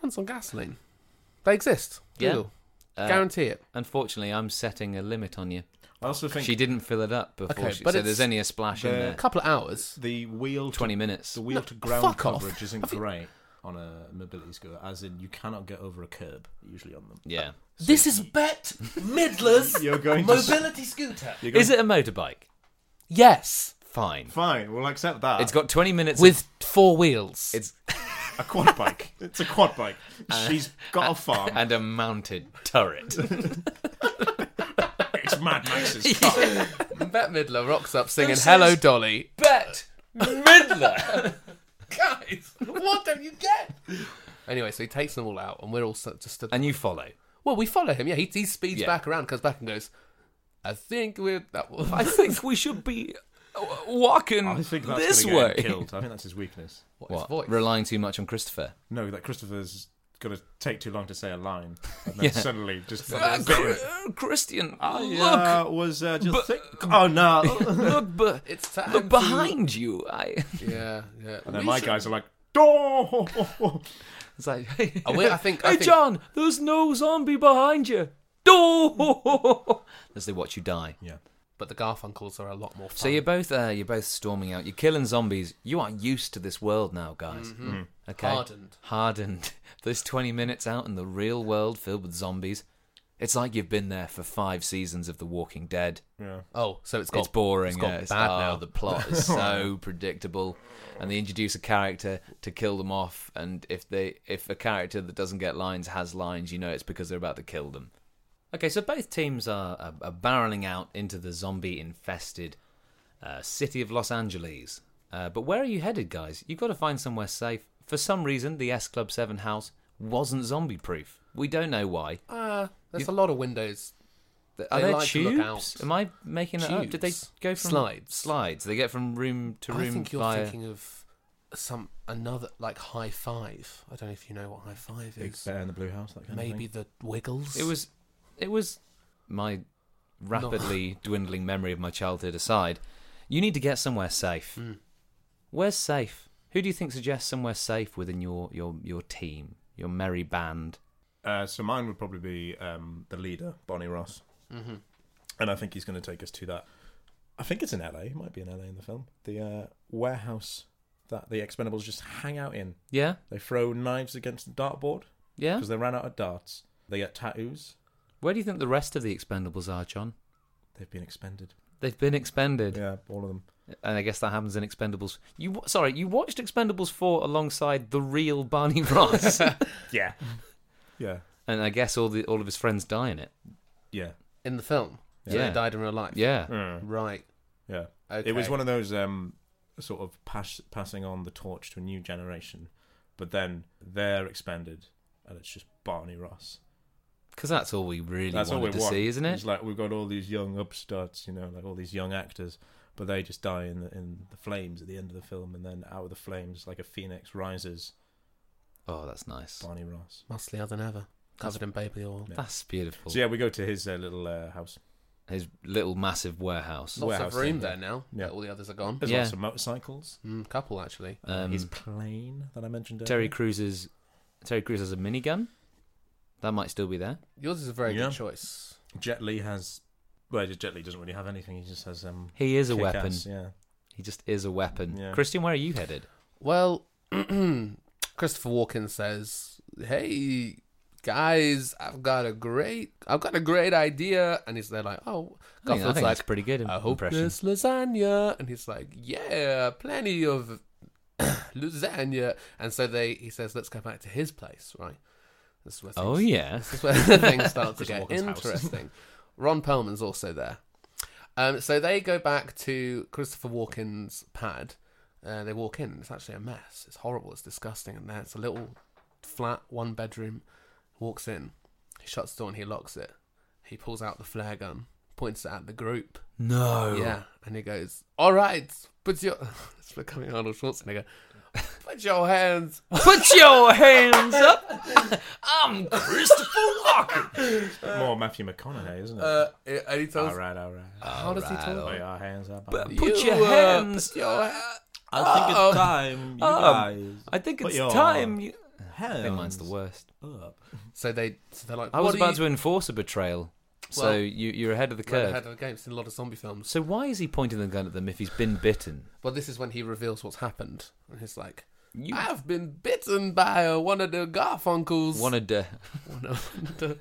[SPEAKER 2] Runs on gasoline. They exist.
[SPEAKER 1] Yeah.
[SPEAKER 2] Google.
[SPEAKER 1] Uh,
[SPEAKER 2] Guarantee it.
[SPEAKER 1] Unfortunately, I'm setting a limit on you.
[SPEAKER 3] I also think
[SPEAKER 1] She didn't fill it up before,
[SPEAKER 2] Okay,
[SPEAKER 1] she,
[SPEAKER 2] but
[SPEAKER 1] so
[SPEAKER 2] it's-
[SPEAKER 1] there's only a splash in
[SPEAKER 3] the-
[SPEAKER 2] A
[SPEAKER 1] there.
[SPEAKER 2] couple of hours.
[SPEAKER 3] the wheel to,
[SPEAKER 1] Twenty minutes.
[SPEAKER 3] the wheel
[SPEAKER 2] No,
[SPEAKER 3] to ground
[SPEAKER 2] fuck off.
[SPEAKER 3] coverage isn't great on a mobility scooter, as in you cannot get over a curb usually on them.
[SPEAKER 1] Yeah.
[SPEAKER 2] This is Bet Midler's
[SPEAKER 3] You're going to
[SPEAKER 2] mobility scooter.
[SPEAKER 3] you're going
[SPEAKER 1] Is it a motorbike?
[SPEAKER 2] Yes,
[SPEAKER 1] Fine.
[SPEAKER 3] fine? We'll accept that.
[SPEAKER 1] It's got twenty minutes.
[SPEAKER 2] with four wheels.
[SPEAKER 1] it's
[SPEAKER 3] a quad bike. it's a quad bike.
[SPEAKER 1] Uh,
[SPEAKER 3] She's got a farm.
[SPEAKER 1] and a mounted turret.
[SPEAKER 3] it's Mad Max's car.
[SPEAKER 2] Bet Midler rocks up singing
[SPEAKER 1] This
[SPEAKER 2] "Hello
[SPEAKER 1] is-
[SPEAKER 2] Dolly."
[SPEAKER 1] Bet Midler.
[SPEAKER 2] Guys, what don't you get? Anyway, so he takes them all out, and we're all st- just stood.
[SPEAKER 1] and you follow.
[SPEAKER 2] well, we follow him. Yeah, he, he speeds
[SPEAKER 1] Yeah.
[SPEAKER 2] back around, comes back, and goes. I think we're that. Was,
[SPEAKER 1] I think we should be uh, walking
[SPEAKER 3] I think that's
[SPEAKER 1] this
[SPEAKER 3] gonna get him
[SPEAKER 1] way.
[SPEAKER 3] killed. I think that's his weakness.
[SPEAKER 2] what, his
[SPEAKER 1] What?
[SPEAKER 2] voice.
[SPEAKER 1] Relying too much on Christopher.
[SPEAKER 3] No, that Christopher's going to take too long to say a line, and then suddenly just
[SPEAKER 1] Uh, Cr- uh, Christian,
[SPEAKER 3] Yeah, it was uh, just
[SPEAKER 1] But-
[SPEAKER 3] think. Oh no!
[SPEAKER 1] look, look, but
[SPEAKER 2] It's time
[SPEAKER 1] look
[SPEAKER 2] to-
[SPEAKER 1] behind you. I
[SPEAKER 2] Yeah, yeah.
[SPEAKER 3] and then my guys are like, "Oh,
[SPEAKER 1] it's like,
[SPEAKER 2] will- I think-
[SPEAKER 1] hey,
[SPEAKER 2] I think-
[SPEAKER 1] John, there's no zombie behind you. Do as they watch you die.
[SPEAKER 3] yeah."
[SPEAKER 2] But the Garfunkels are a lot more fun.
[SPEAKER 1] So you're both uh, you're both storming out. You're killing zombies. You are used to this world now, guys.
[SPEAKER 2] Mm-hmm.
[SPEAKER 1] Okay,
[SPEAKER 2] Hardened.
[SPEAKER 1] Hardened. Those 20 minutes out in the real world filled with zombies. It's like you've been there for five seasons of The Walking Dead.
[SPEAKER 2] oh, so it's got
[SPEAKER 1] It's boring.
[SPEAKER 2] It's got
[SPEAKER 1] yeah,
[SPEAKER 2] bad
[SPEAKER 1] oh,
[SPEAKER 2] now.
[SPEAKER 1] The plot is so predictable, and they introduce a character to kill them off. And if they if a character that doesn't get lines has lines, you know it's because they're about to kill them. Okay, so both teams are, are, are barreling out into the zombie infested uh, city of Los Angeles. Uh, but where are you headed, guys? You've got to find somewhere safe. For some reason, the S Club 7 house wasn't zombie proof. We don't know why.
[SPEAKER 2] Uh, there's a lot of windows.
[SPEAKER 1] Are
[SPEAKER 2] They
[SPEAKER 1] there
[SPEAKER 2] like to look
[SPEAKER 1] tubes?
[SPEAKER 2] out.
[SPEAKER 1] Am I making that up? Did they
[SPEAKER 2] Tubes.
[SPEAKER 1] go from
[SPEAKER 2] Slides.
[SPEAKER 1] Slides. They get from room to room
[SPEAKER 2] I think you're
[SPEAKER 1] via.
[SPEAKER 2] thinking of some another like High Five. I don't know if you know what High Five
[SPEAKER 3] Big
[SPEAKER 2] is.
[SPEAKER 3] Bear in the Blue House. That kind of
[SPEAKER 2] Maybe
[SPEAKER 3] thing.
[SPEAKER 2] the Wiggles.
[SPEAKER 1] It was, it was my rapidly dwindling memory of my childhood aside. You need to get somewhere safe.
[SPEAKER 2] Hmm.
[SPEAKER 1] Where's safe? Who do you think suggests somewhere safe within your your your team, your merry band?
[SPEAKER 3] Uh, so mine would probably be um, the leader, Bonnie Ross, mm-hmm. and I think he's going to take us to that. I think it's in LA. It might be in LA in the film. The uh, warehouse that the Expendables just hang out in.
[SPEAKER 1] Yeah,
[SPEAKER 3] They throw knives against the dartboard
[SPEAKER 1] yeah.
[SPEAKER 3] because they ran out of darts. They get tattoos.
[SPEAKER 1] Where do you think the rest of the Expendables are, John?
[SPEAKER 3] They've been expended.
[SPEAKER 1] They've been expended,
[SPEAKER 3] Yeah, all of them.
[SPEAKER 1] and I guess that happens in Expendables. You wa- sorry, you watched Expendables four alongside the real Barney Ross,
[SPEAKER 3] Yeah. Yeah.
[SPEAKER 1] and I guess all the all of his friends die in it.
[SPEAKER 3] Yeah.
[SPEAKER 2] in the film. So
[SPEAKER 1] Yeah.
[SPEAKER 2] they died in real life.
[SPEAKER 1] Yeah.
[SPEAKER 3] Hmm.
[SPEAKER 2] Right.
[SPEAKER 3] Yeah.
[SPEAKER 2] Okay.
[SPEAKER 3] It was one of those um, sort of pass- passing on the torch to a new generation, but then they're expended, and it's just Barney Ross.
[SPEAKER 1] Because that's all we really
[SPEAKER 3] That's all
[SPEAKER 1] wanted
[SPEAKER 3] we
[SPEAKER 1] to
[SPEAKER 3] want.
[SPEAKER 1] see, isn't it?
[SPEAKER 3] It's like we've got all these young upstarts, you know, like all these young actors, but they just die in the, in the flames at the end of the film, and then out of the flames, like a phoenix rises,
[SPEAKER 1] Oh, that's nice.
[SPEAKER 3] Barney Ross.
[SPEAKER 2] musclier than ever, covered in baby oil.
[SPEAKER 3] Yeah.
[SPEAKER 1] That's beautiful.
[SPEAKER 3] So yeah, we go to his uh, little uh, house.
[SPEAKER 1] His little massive warehouse.
[SPEAKER 2] Lots
[SPEAKER 3] Warehouse
[SPEAKER 2] of room
[SPEAKER 3] thing,
[SPEAKER 2] there now.
[SPEAKER 3] Yeah.
[SPEAKER 2] Yeah. All the others are gone.
[SPEAKER 3] There's
[SPEAKER 1] Yeah.
[SPEAKER 3] lots of motorcycles.
[SPEAKER 2] Mm, couple actually.
[SPEAKER 1] Um,
[SPEAKER 3] his plane that I mentioned. Earlier.
[SPEAKER 1] Terry Cruz's Terry Cruz has a minigun. That might still be there.
[SPEAKER 2] Yours is a very
[SPEAKER 3] Yeah.
[SPEAKER 2] good choice.
[SPEAKER 3] Jet Li has. Well, Jet Li doesn't really have anything. He just has um.
[SPEAKER 1] He is a
[SPEAKER 3] kick-ass,
[SPEAKER 1] weapon.
[SPEAKER 3] yeah.
[SPEAKER 1] He just is a weapon.
[SPEAKER 3] Yeah.
[SPEAKER 1] Christian, where are you headed?
[SPEAKER 2] Well, Christopher Walken says, "Hey guys, I've got a great, I've got a great idea," and he's there like,
[SPEAKER 1] I
[SPEAKER 2] "Oh,
[SPEAKER 1] think, I
[SPEAKER 2] Garfield's
[SPEAKER 1] think that's
[SPEAKER 2] like,
[SPEAKER 1] pretty good.
[SPEAKER 2] I hope
[SPEAKER 1] impression.
[SPEAKER 2] there's lasagna," and he's like, "Yeah, plenty of lasagna," and so they, he says, "Let's go back to his place, right?" This is where
[SPEAKER 1] Oh
[SPEAKER 2] things-
[SPEAKER 1] yeah.
[SPEAKER 2] this is where things start to
[SPEAKER 3] Christopher
[SPEAKER 2] get
[SPEAKER 3] Walken's house.
[SPEAKER 2] interesting. Ron Perlman's also there. Um, so they go back to Christopher Walken's pad. Uh, they walk in. It's actually a mess. It's horrible. It's disgusting. And there, it's a little flat, one bedroom. Walks in. He shuts the door and he locks it. He pulls out the flare gun, points it at the group.
[SPEAKER 1] No.
[SPEAKER 2] Yeah, and he goes, "All right, but you're." it's becoming Arnold Schwarzenegger. but Put your hands.
[SPEAKER 1] Put your hands up. I'm Christopher Walken.
[SPEAKER 3] More Matthew McConaughey, isn't it?
[SPEAKER 2] Uh, and he tells.
[SPEAKER 3] all right, all right.
[SPEAKER 2] How does he
[SPEAKER 1] Alright,
[SPEAKER 2] talk?
[SPEAKER 3] Put your hands up.
[SPEAKER 1] Put
[SPEAKER 2] You,
[SPEAKER 1] your
[SPEAKER 2] uh,
[SPEAKER 1] hands.
[SPEAKER 2] put your ha-
[SPEAKER 3] I think it's time you guys.
[SPEAKER 1] oh. I think
[SPEAKER 3] Put
[SPEAKER 1] it's
[SPEAKER 3] your
[SPEAKER 1] time. You... I think mine's
[SPEAKER 3] Hands
[SPEAKER 1] the worst.
[SPEAKER 3] up.
[SPEAKER 2] So they, so they're like.
[SPEAKER 1] I was
[SPEAKER 2] what are
[SPEAKER 1] about
[SPEAKER 2] you-
[SPEAKER 1] to enforce a betrayal, so
[SPEAKER 2] Well-
[SPEAKER 1] you, you're ahead of the
[SPEAKER 2] Right
[SPEAKER 1] curve.
[SPEAKER 2] ahead of the game. It's in a lot of zombie films.
[SPEAKER 1] So why is he pointing the gun at them if he's been bitten?
[SPEAKER 2] Well, this is when he reveals what's happened, and he's like,
[SPEAKER 1] You
[SPEAKER 2] "I've been bitten by uh, one of the Garfunkels."
[SPEAKER 1] wanted to
[SPEAKER 2] one of the,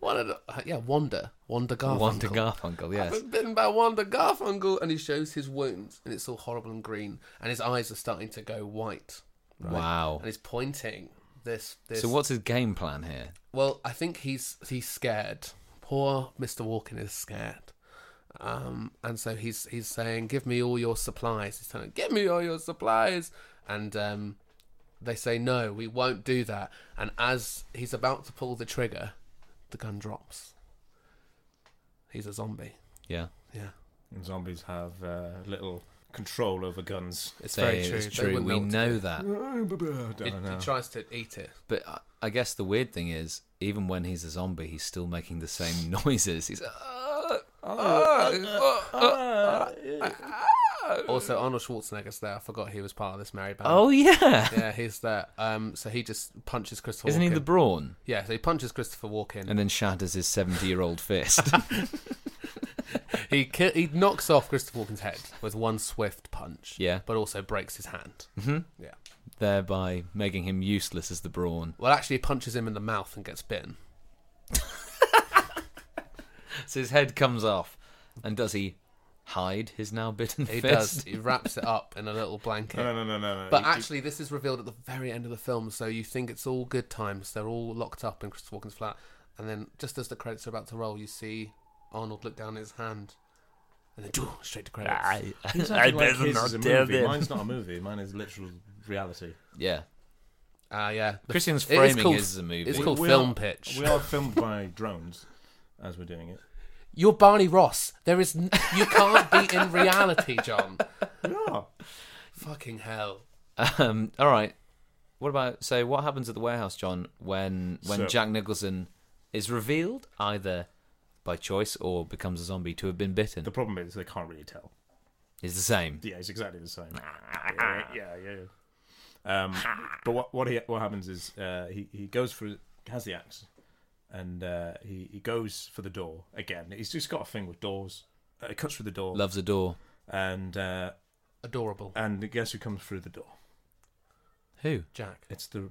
[SPEAKER 2] one of the, yeah, Wanda, Wanda Garfunkel.
[SPEAKER 1] want to Garfunkel, yes.
[SPEAKER 2] I've been bitten by Wanda Garfunkel, and he shows his wounds, and it's all horrible and green, and his eyes are starting to go white,
[SPEAKER 1] Wow.
[SPEAKER 2] and he's pointing this. this
[SPEAKER 1] So what's his game plan here?
[SPEAKER 2] Well, I think he's he's scared. Poor Mister Walken is scared, um, and so he's he's saying, "Give me all your supplies." He's telling, "Give me all your supplies," and um, they say, "No, we won't do that." And as he's about to pull the trigger, the gun drops. He's a zombie.
[SPEAKER 1] Yeah.
[SPEAKER 2] Yeah,
[SPEAKER 3] And zombies have uh, little control over guns.
[SPEAKER 2] it's
[SPEAKER 1] They-
[SPEAKER 2] very true.
[SPEAKER 1] It's
[SPEAKER 2] They
[SPEAKER 1] true.
[SPEAKER 2] wouldn't
[SPEAKER 1] We
[SPEAKER 2] want to
[SPEAKER 1] know
[SPEAKER 2] do
[SPEAKER 1] that.
[SPEAKER 3] Oh,
[SPEAKER 2] It, It- it tries to eat it.
[SPEAKER 1] But I- I guess the weird thing is, even when he's a zombie, he's still making the same noises. He's "Ah, ah, ah, ah."
[SPEAKER 2] Also, Arnold Schwarzenegger's there. I forgot he was part of this merry band.
[SPEAKER 1] oh yeah.
[SPEAKER 2] yeah, he's there. Um, so he just punches Christopher.
[SPEAKER 1] Isn't he
[SPEAKER 2] Walken.
[SPEAKER 1] the brawn?
[SPEAKER 2] Yeah, so he punches Christopher Walken.
[SPEAKER 1] And then shatters his seventy-year-old fist.
[SPEAKER 2] he ki- he knocks off Christopher Walken's head with one swift punch.
[SPEAKER 1] Yeah.
[SPEAKER 2] but also breaks his hand.
[SPEAKER 1] Mhm.
[SPEAKER 2] Yeah.
[SPEAKER 1] thereby making him useless as the brawn.
[SPEAKER 2] Well, actually, he punches him in the mouth and gets bitten.
[SPEAKER 1] So his head comes off, and does he hide his now bitten
[SPEAKER 2] He
[SPEAKER 1] fist?
[SPEAKER 2] does. He wraps it up in a little blanket.
[SPEAKER 3] No, no, no, no, no. no.
[SPEAKER 2] But
[SPEAKER 3] You- you-
[SPEAKER 2] actually, this is revealed at the very end of the film, so you think it's all good times. They're all locked up in Christopher Walken's flat, and then just as the credits are about to roll, you see Arnold look down at his hand, and then straight to credits.
[SPEAKER 3] It's actually like his is a movie. Mine's not a movie. Mine is literal reality.
[SPEAKER 1] Yeah.
[SPEAKER 2] Ah, yeah. The-
[SPEAKER 1] Christian's
[SPEAKER 2] it is
[SPEAKER 1] framing is,
[SPEAKER 2] called-
[SPEAKER 1] a movie.
[SPEAKER 2] It's called
[SPEAKER 3] We- we
[SPEAKER 2] film
[SPEAKER 3] are-
[SPEAKER 2] pitch.
[SPEAKER 3] We are filmed by drones as we're doing it.
[SPEAKER 2] You're Barney Ross. There is n- you can't be in reality, John.
[SPEAKER 3] We are.
[SPEAKER 2] Fucking hell.
[SPEAKER 1] Um, all right. What about so? What happens at the warehouse, John? When when
[SPEAKER 3] So-
[SPEAKER 1] Jack Nicholson is revealed either by choice or becomes a zombie to have been bitten
[SPEAKER 3] The problem is they can't really tell.
[SPEAKER 1] is the same.
[SPEAKER 3] Yeah, it's exactly the same. yeah, yeah, yeah. yeah. Um, but what what he what happens is uh, he he goes for has the axe, and uh, he he goes for the door again. He's just got a thing with doors. Uh, he cuts through the door,
[SPEAKER 1] Loves a door.
[SPEAKER 3] and uh,
[SPEAKER 2] Adorable.
[SPEAKER 3] and guess who comes through the door?
[SPEAKER 1] Who?
[SPEAKER 2] Jack.
[SPEAKER 3] It's the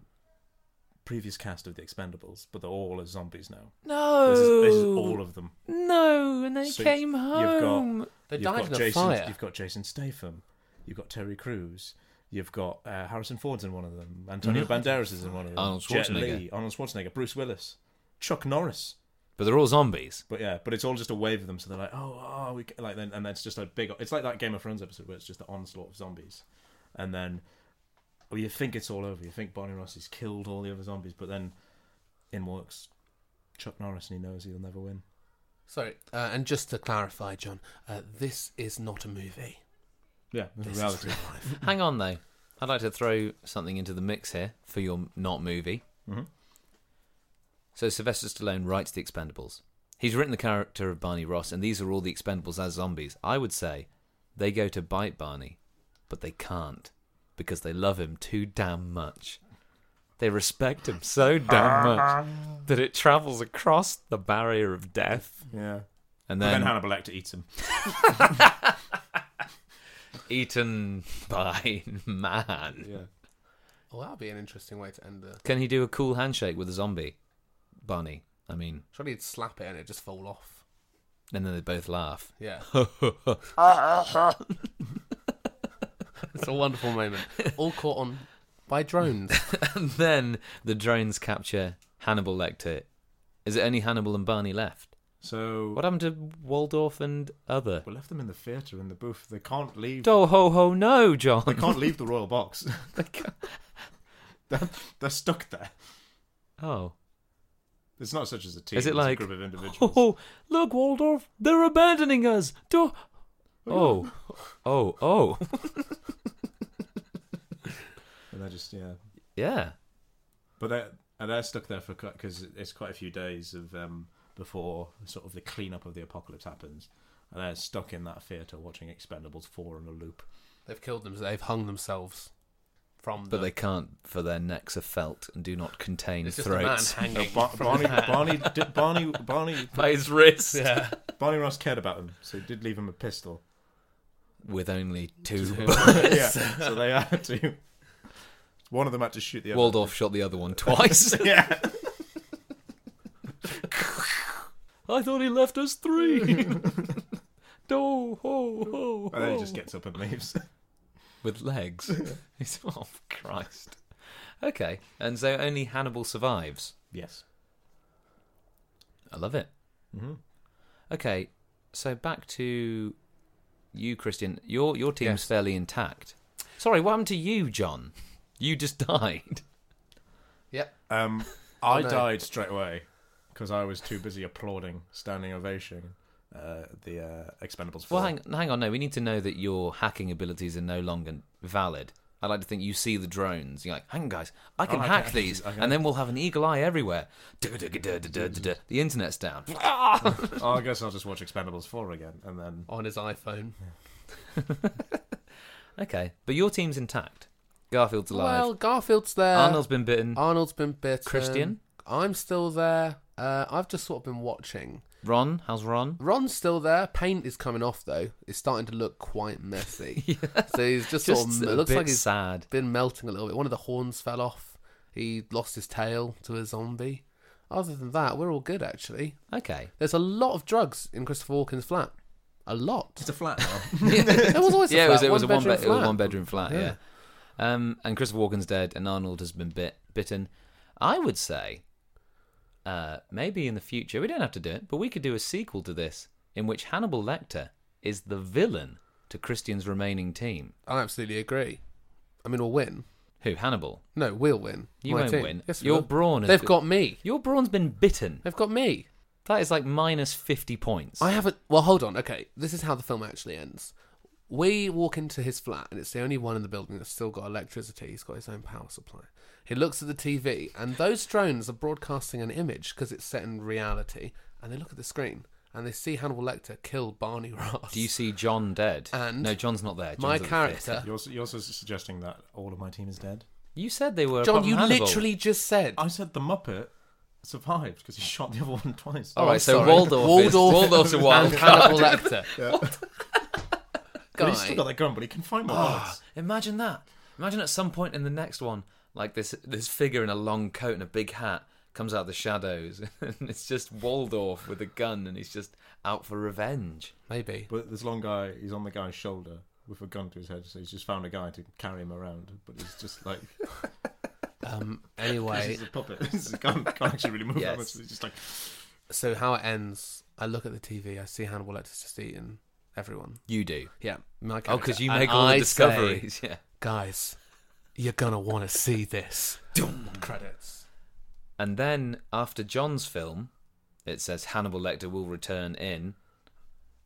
[SPEAKER 3] previous cast of the Expendables, but they're all as zombies now.
[SPEAKER 1] No.
[SPEAKER 3] This is, this is all of them.
[SPEAKER 1] no, and they
[SPEAKER 3] So
[SPEAKER 1] came
[SPEAKER 3] got-
[SPEAKER 1] home.
[SPEAKER 2] They
[SPEAKER 3] You've
[SPEAKER 2] died
[SPEAKER 3] got
[SPEAKER 2] in a
[SPEAKER 3] Jason,
[SPEAKER 2] fire.
[SPEAKER 3] You've got Jason Statham. You've got Terry Crews. You've got uh, Harrison Ford's in one of them. Antonio
[SPEAKER 2] Mm-hmm.
[SPEAKER 3] Banderas is in one of them.
[SPEAKER 1] Arnold
[SPEAKER 3] Jet
[SPEAKER 1] Schwarzenegger.
[SPEAKER 3] Li, Arnold Schwarzenegger. Bruce Willis. Chuck Norris.
[SPEAKER 1] But they're all zombies.
[SPEAKER 3] But yeah, but it's all just a wave of them. So they're like, oh, oh we ca-" like, then, and then it's just a big. It's like that Game of Thrones episode where it's just the onslaught of zombies, and then, well, you think it's all over. You think Barney Ross has killed all the other zombies, but then, in walks Chuck Norris, and he knows he'll never win.
[SPEAKER 2] Sorry. Uh, and just to clarify, John, uh, this is not a movie.
[SPEAKER 3] Yeah,
[SPEAKER 2] This
[SPEAKER 3] it's reality.
[SPEAKER 2] is real life.
[SPEAKER 1] Hang on though. I'd like to throw something into the mix here for your not movie.
[SPEAKER 3] Mhm.
[SPEAKER 1] So Sylvester Stallone writes the Expendables. He's written the character of Barney Ross, and these are all the Expendables as zombies. I would say they go to bite Barney, but they can't because they love him too damn much. They respect him so damn much that it travels across the barrier of death
[SPEAKER 3] Yeah.
[SPEAKER 1] and
[SPEAKER 3] And then
[SPEAKER 1] then
[SPEAKER 3] Hannibal Lecter eats him.
[SPEAKER 1] eaten by man.
[SPEAKER 3] Yeah.
[SPEAKER 2] well, that'd be an interesting way to end the.
[SPEAKER 1] Can he do a cool handshake with a zombie? Barney. I mean,
[SPEAKER 2] Surely he'd slap it and it'd just fall off.
[SPEAKER 1] and then they both laugh.
[SPEAKER 2] Yeah. it's a wonderful moment. All caught on by drones.
[SPEAKER 1] And then the drones capture Hannibal Lecter. Is it only Hannibal and Barney left?
[SPEAKER 3] So
[SPEAKER 1] What happened to Waldorf and other?
[SPEAKER 3] we left them in the theatre in the booth. They can't leave.
[SPEAKER 1] Do ho ho no,
[SPEAKER 3] They
[SPEAKER 1] John.
[SPEAKER 3] can't leave the royal box. they're, they're stuck there.
[SPEAKER 1] Oh.
[SPEAKER 3] It's not such as a team.
[SPEAKER 1] Is it
[SPEAKER 3] it's
[SPEAKER 1] like-
[SPEAKER 3] a group of individuals?
[SPEAKER 1] Oh, look, Waldorf, they're abandoning us. Do- oh, oh, oh.
[SPEAKER 3] and they're just yeah.
[SPEAKER 1] Yeah.
[SPEAKER 3] But they're and they're stuck there for because it's quite a few days of um, before sort of the cleanup of the apocalypse happens, and they're stuck in that theater watching Expendables four on a loop.
[SPEAKER 2] They've killed them. They've hung themselves from.
[SPEAKER 1] But
[SPEAKER 2] the,
[SPEAKER 1] they can't, for their necks are felt and do not contain
[SPEAKER 2] It's just
[SPEAKER 1] throats.
[SPEAKER 2] a man
[SPEAKER 3] No,
[SPEAKER 2] hanging.
[SPEAKER 3] Bar-
[SPEAKER 2] from
[SPEAKER 3] Barney,
[SPEAKER 2] the hat.
[SPEAKER 3] Barney, did- Barney, Barney,
[SPEAKER 1] By his wrist.
[SPEAKER 2] Yeah.
[SPEAKER 3] Barney Ross cared about them, so he did leave him a pistol.
[SPEAKER 1] With only two.
[SPEAKER 3] yeah, so they had to. One of them had to shoot the other.
[SPEAKER 1] Waldorf shot the other one twice.
[SPEAKER 3] Yeah,
[SPEAKER 1] I thought he left us three. Do, ho, ho,
[SPEAKER 3] and then he
[SPEAKER 1] ho.
[SPEAKER 3] just gets up and leaves.
[SPEAKER 1] With legs. He's, oh, Christ. Okay, and so only Hannibal survives.
[SPEAKER 3] yes.
[SPEAKER 1] I love it. Mm-hmm. Okay, so back to you, Christian. Your your team's
[SPEAKER 2] Yes.
[SPEAKER 1] fairly intact. Sorry, what happened to you, John? You just died.
[SPEAKER 2] Yep.
[SPEAKER 3] Um,
[SPEAKER 1] Oh,
[SPEAKER 3] I
[SPEAKER 2] no.
[SPEAKER 3] died straight away because I was too busy applauding, standing ovation, uh, the uh, Expendables. 4.
[SPEAKER 1] Well, hang, hang on. No, we need to know that your hacking abilities are no longer valid. I like to think you see the drones. You're like, hang on, guys, I can
[SPEAKER 3] I can-
[SPEAKER 1] hack
[SPEAKER 3] I can-
[SPEAKER 1] these,
[SPEAKER 3] I can-
[SPEAKER 1] and then we'll have an eagle eye everywhere. The internet's down.
[SPEAKER 3] Oh, I guess I'll just watch Expendables four again, and then
[SPEAKER 2] On his iPhone.
[SPEAKER 1] okay, but your team's intact. Garfield's alive.
[SPEAKER 2] Well, uh, Garfield's there.
[SPEAKER 1] Arnold's been bitten.
[SPEAKER 2] Arnold's been bitten.
[SPEAKER 1] Christian?
[SPEAKER 2] I'm still there. Uh, I've just sort of been watching.
[SPEAKER 1] Ron, how's Ron?
[SPEAKER 2] Ron's still there. Paint is coming off though. It's starting to look quite messy. So he's just,
[SPEAKER 1] Just
[SPEAKER 2] sort of.
[SPEAKER 1] a
[SPEAKER 2] It looks
[SPEAKER 1] bit
[SPEAKER 2] like he's
[SPEAKER 1] sad.
[SPEAKER 2] been melting a little bit. One of the horns fell off. He lost his tail to a zombie. Other than that, we're all good actually.
[SPEAKER 1] Okay.
[SPEAKER 2] There's a lot of drugs in Christopher Walken's flat. A lot.
[SPEAKER 3] it's a flat now.
[SPEAKER 2] There was always a
[SPEAKER 1] yeah, it was,
[SPEAKER 2] flat,
[SPEAKER 1] it was a one bed,
[SPEAKER 2] one-bedroom
[SPEAKER 1] it was a
[SPEAKER 2] flat.
[SPEAKER 1] one bedroom flat. Yeah. Um, and Christopher Walken's dead, and Arnold has been bit bitten. I would say, uh, maybe in the future we don't have to do it, but we could do a sequel to this in which Hannibal Lecter is the villain to Christian's remaining team.
[SPEAKER 2] I absolutely agree. I mean, we'll win.
[SPEAKER 1] Who Hannibal?
[SPEAKER 2] No, we'll win.
[SPEAKER 1] You
[SPEAKER 2] My
[SPEAKER 1] won't
[SPEAKER 2] team.
[SPEAKER 1] win.
[SPEAKER 2] Yes, we
[SPEAKER 1] Your
[SPEAKER 2] will.
[SPEAKER 1] brawn has
[SPEAKER 2] They've
[SPEAKER 1] been-
[SPEAKER 2] got me.
[SPEAKER 1] Your brawn's been bitten.
[SPEAKER 2] They've got me.
[SPEAKER 1] That is like minus fifty points.
[SPEAKER 2] I haven't. Well, hold on. Okay, this is how the film actually ends. We walk into his flat, and it's the only one in the building that's still got electricity. He's got his own power supply. He looks at the TV, and those drones are broadcasting an image because it's set in reality. And they look at the screen, and they see Hannibal Lecter kill Barney Ross.
[SPEAKER 1] do you see John dead?
[SPEAKER 2] And
[SPEAKER 1] no, John's not there. John's
[SPEAKER 2] my
[SPEAKER 1] at the theatre.
[SPEAKER 2] character,
[SPEAKER 3] You're also, you're also suggesting that all of my team is dead.
[SPEAKER 1] You said they were. apart
[SPEAKER 2] John?
[SPEAKER 1] from
[SPEAKER 2] You
[SPEAKER 1] Hannibal. Oh,
[SPEAKER 2] literally just said
[SPEAKER 3] I said the Muppet survived because he shot the other one twice.
[SPEAKER 1] All
[SPEAKER 2] Oh,
[SPEAKER 1] right,
[SPEAKER 2] I'm
[SPEAKER 1] so
[SPEAKER 2] sorry.
[SPEAKER 1] Waldorf is-
[SPEAKER 2] Waldorf
[SPEAKER 1] Waldorf's a wild
[SPEAKER 2] and Hannibal Lecter.
[SPEAKER 3] but he's still got
[SPEAKER 2] Guy,
[SPEAKER 3] that gun, but he can find more
[SPEAKER 1] Ah.
[SPEAKER 3] bullets.
[SPEAKER 1] Imagine that. Imagine at some point in the next one, like this this figure in a long coat and a big hat comes out of the shadows, and it's just Waldorf with a gun, and he's just out for revenge.
[SPEAKER 2] maybe.
[SPEAKER 3] But this long guy, he's on the guy's shoulder with a gun to his head, so he's just found a guy to carry him around. But he's just like,
[SPEAKER 2] Um, anyway,
[SPEAKER 3] he's a puppet. he can't, can't actually really move that much.
[SPEAKER 1] Yes.
[SPEAKER 3] He's just like,
[SPEAKER 2] so how it ends? I look at the TV. I see Hannibal Lecter's just eating everyone.
[SPEAKER 1] You do.
[SPEAKER 2] Yeah, my
[SPEAKER 1] Oh, because
[SPEAKER 2] character.
[SPEAKER 1] you
[SPEAKER 2] And
[SPEAKER 1] make all
[SPEAKER 2] I
[SPEAKER 1] the
[SPEAKER 2] say,
[SPEAKER 1] discoveries. yeah.
[SPEAKER 2] guys. You're gonna want to see this. Credits.
[SPEAKER 1] And then after John's film, it says Hannibal Lecter will return in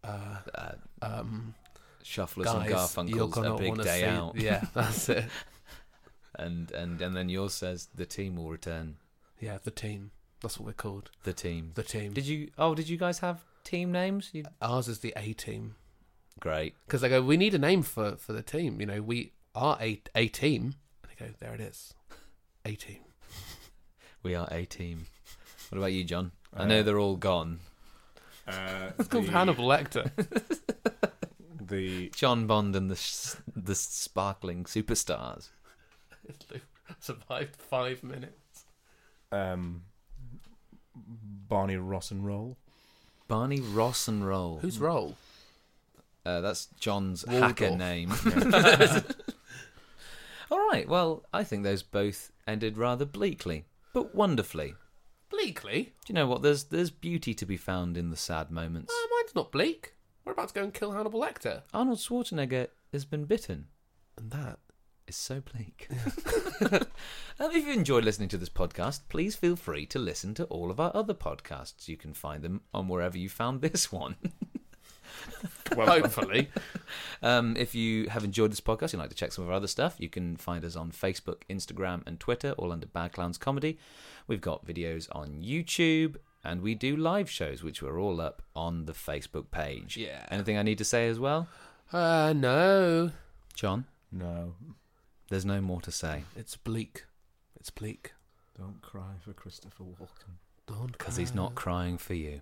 [SPEAKER 2] Uh,
[SPEAKER 1] uh,
[SPEAKER 2] um,
[SPEAKER 1] Shufflers
[SPEAKER 2] guys,
[SPEAKER 1] and
[SPEAKER 2] you're
[SPEAKER 1] Garfunkel's
[SPEAKER 2] gonna
[SPEAKER 1] A Big
[SPEAKER 2] wanna
[SPEAKER 1] Day
[SPEAKER 2] see-
[SPEAKER 1] Out,
[SPEAKER 2] Yeah, that's it.
[SPEAKER 1] and and and then yours says the team will return.
[SPEAKER 2] Yeah, the team. That's what we're called.
[SPEAKER 1] The team.
[SPEAKER 2] The team.
[SPEAKER 1] Did you? Oh, did you guys have team names? You...
[SPEAKER 2] Ours is the A team.
[SPEAKER 1] Great.
[SPEAKER 2] because they go, we need a name for for the team. You know, we are a a team. And they go, there it is, a team.
[SPEAKER 1] We are a team. What about you, John? I know they're all gone.
[SPEAKER 3] uh,
[SPEAKER 2] It's called
[SPEAKER 3] the-
[SPEAKER 2] Hannibal Lecter.
[SPEAKER 3] The
[SPEAKER 1] John Bond and the s the sparkling superstars.
[SPEAKER 2] Survived five minutes.
[SPEAKER 3] um, Barney Ross and Roll.
[SPEAKER 1] Barney Ross and Roll.
[SPEAKER 2] Whose role?
[SPEAKER 1] Uh, that's John's
[SPEAKER 2] Waldorf.
[SPEAKER 1] hacker name. all right. Well, I think those both ended rather bleakly, but wonderfully.
[SPEAKER 2] Bleakly.
[SPEAKER 1] Do you know what? There's there's beauty to be found in the sad moments.
[SPEAKER 2] Oh, mine's not bleak. We're about to go and kill Hannibal Lecter.
[SPEAKER 1] Arnold Schwarzenegger has been bitten.
[SPEAKER 2] And that.
[SPEAKER 1] is so bleak. Um, if you enjoyed listening to this podcast, please feel free to listen to all of our other podcasts. You can find them on wherever you found this one.
[SPEAKER 3] Well,
[SPEAKER 2] Hopefully.
[SPEAKER 1] Um, if you have enjoyed this podcast, you'd like to check some of our other stuff, you can find us on Facebook, Instagram, and Twitter, all under Bad Clowns Comedy. We've got videos on YouTube, and we do live shows, which are all up on the Facebook page.
[SPEAKER 2] Yeah.
[SPEAKER 1] Anything I need to say as well,
[SPEAKER 2] Uh, no.
[SPEAKER 1] John?
[SPEAKER 3] no,
[SPEAKER 1] There's no more to say
[SPEAKER 2] It's bleak. It's bleak.
[SPEAKER 3] don't cry for Christopher Walken.
[SPEAKER 2] Don't
[SPEAKER 1] because he's
[SPEAKER 2] cry.
[SPEAKER 1] not crying for you.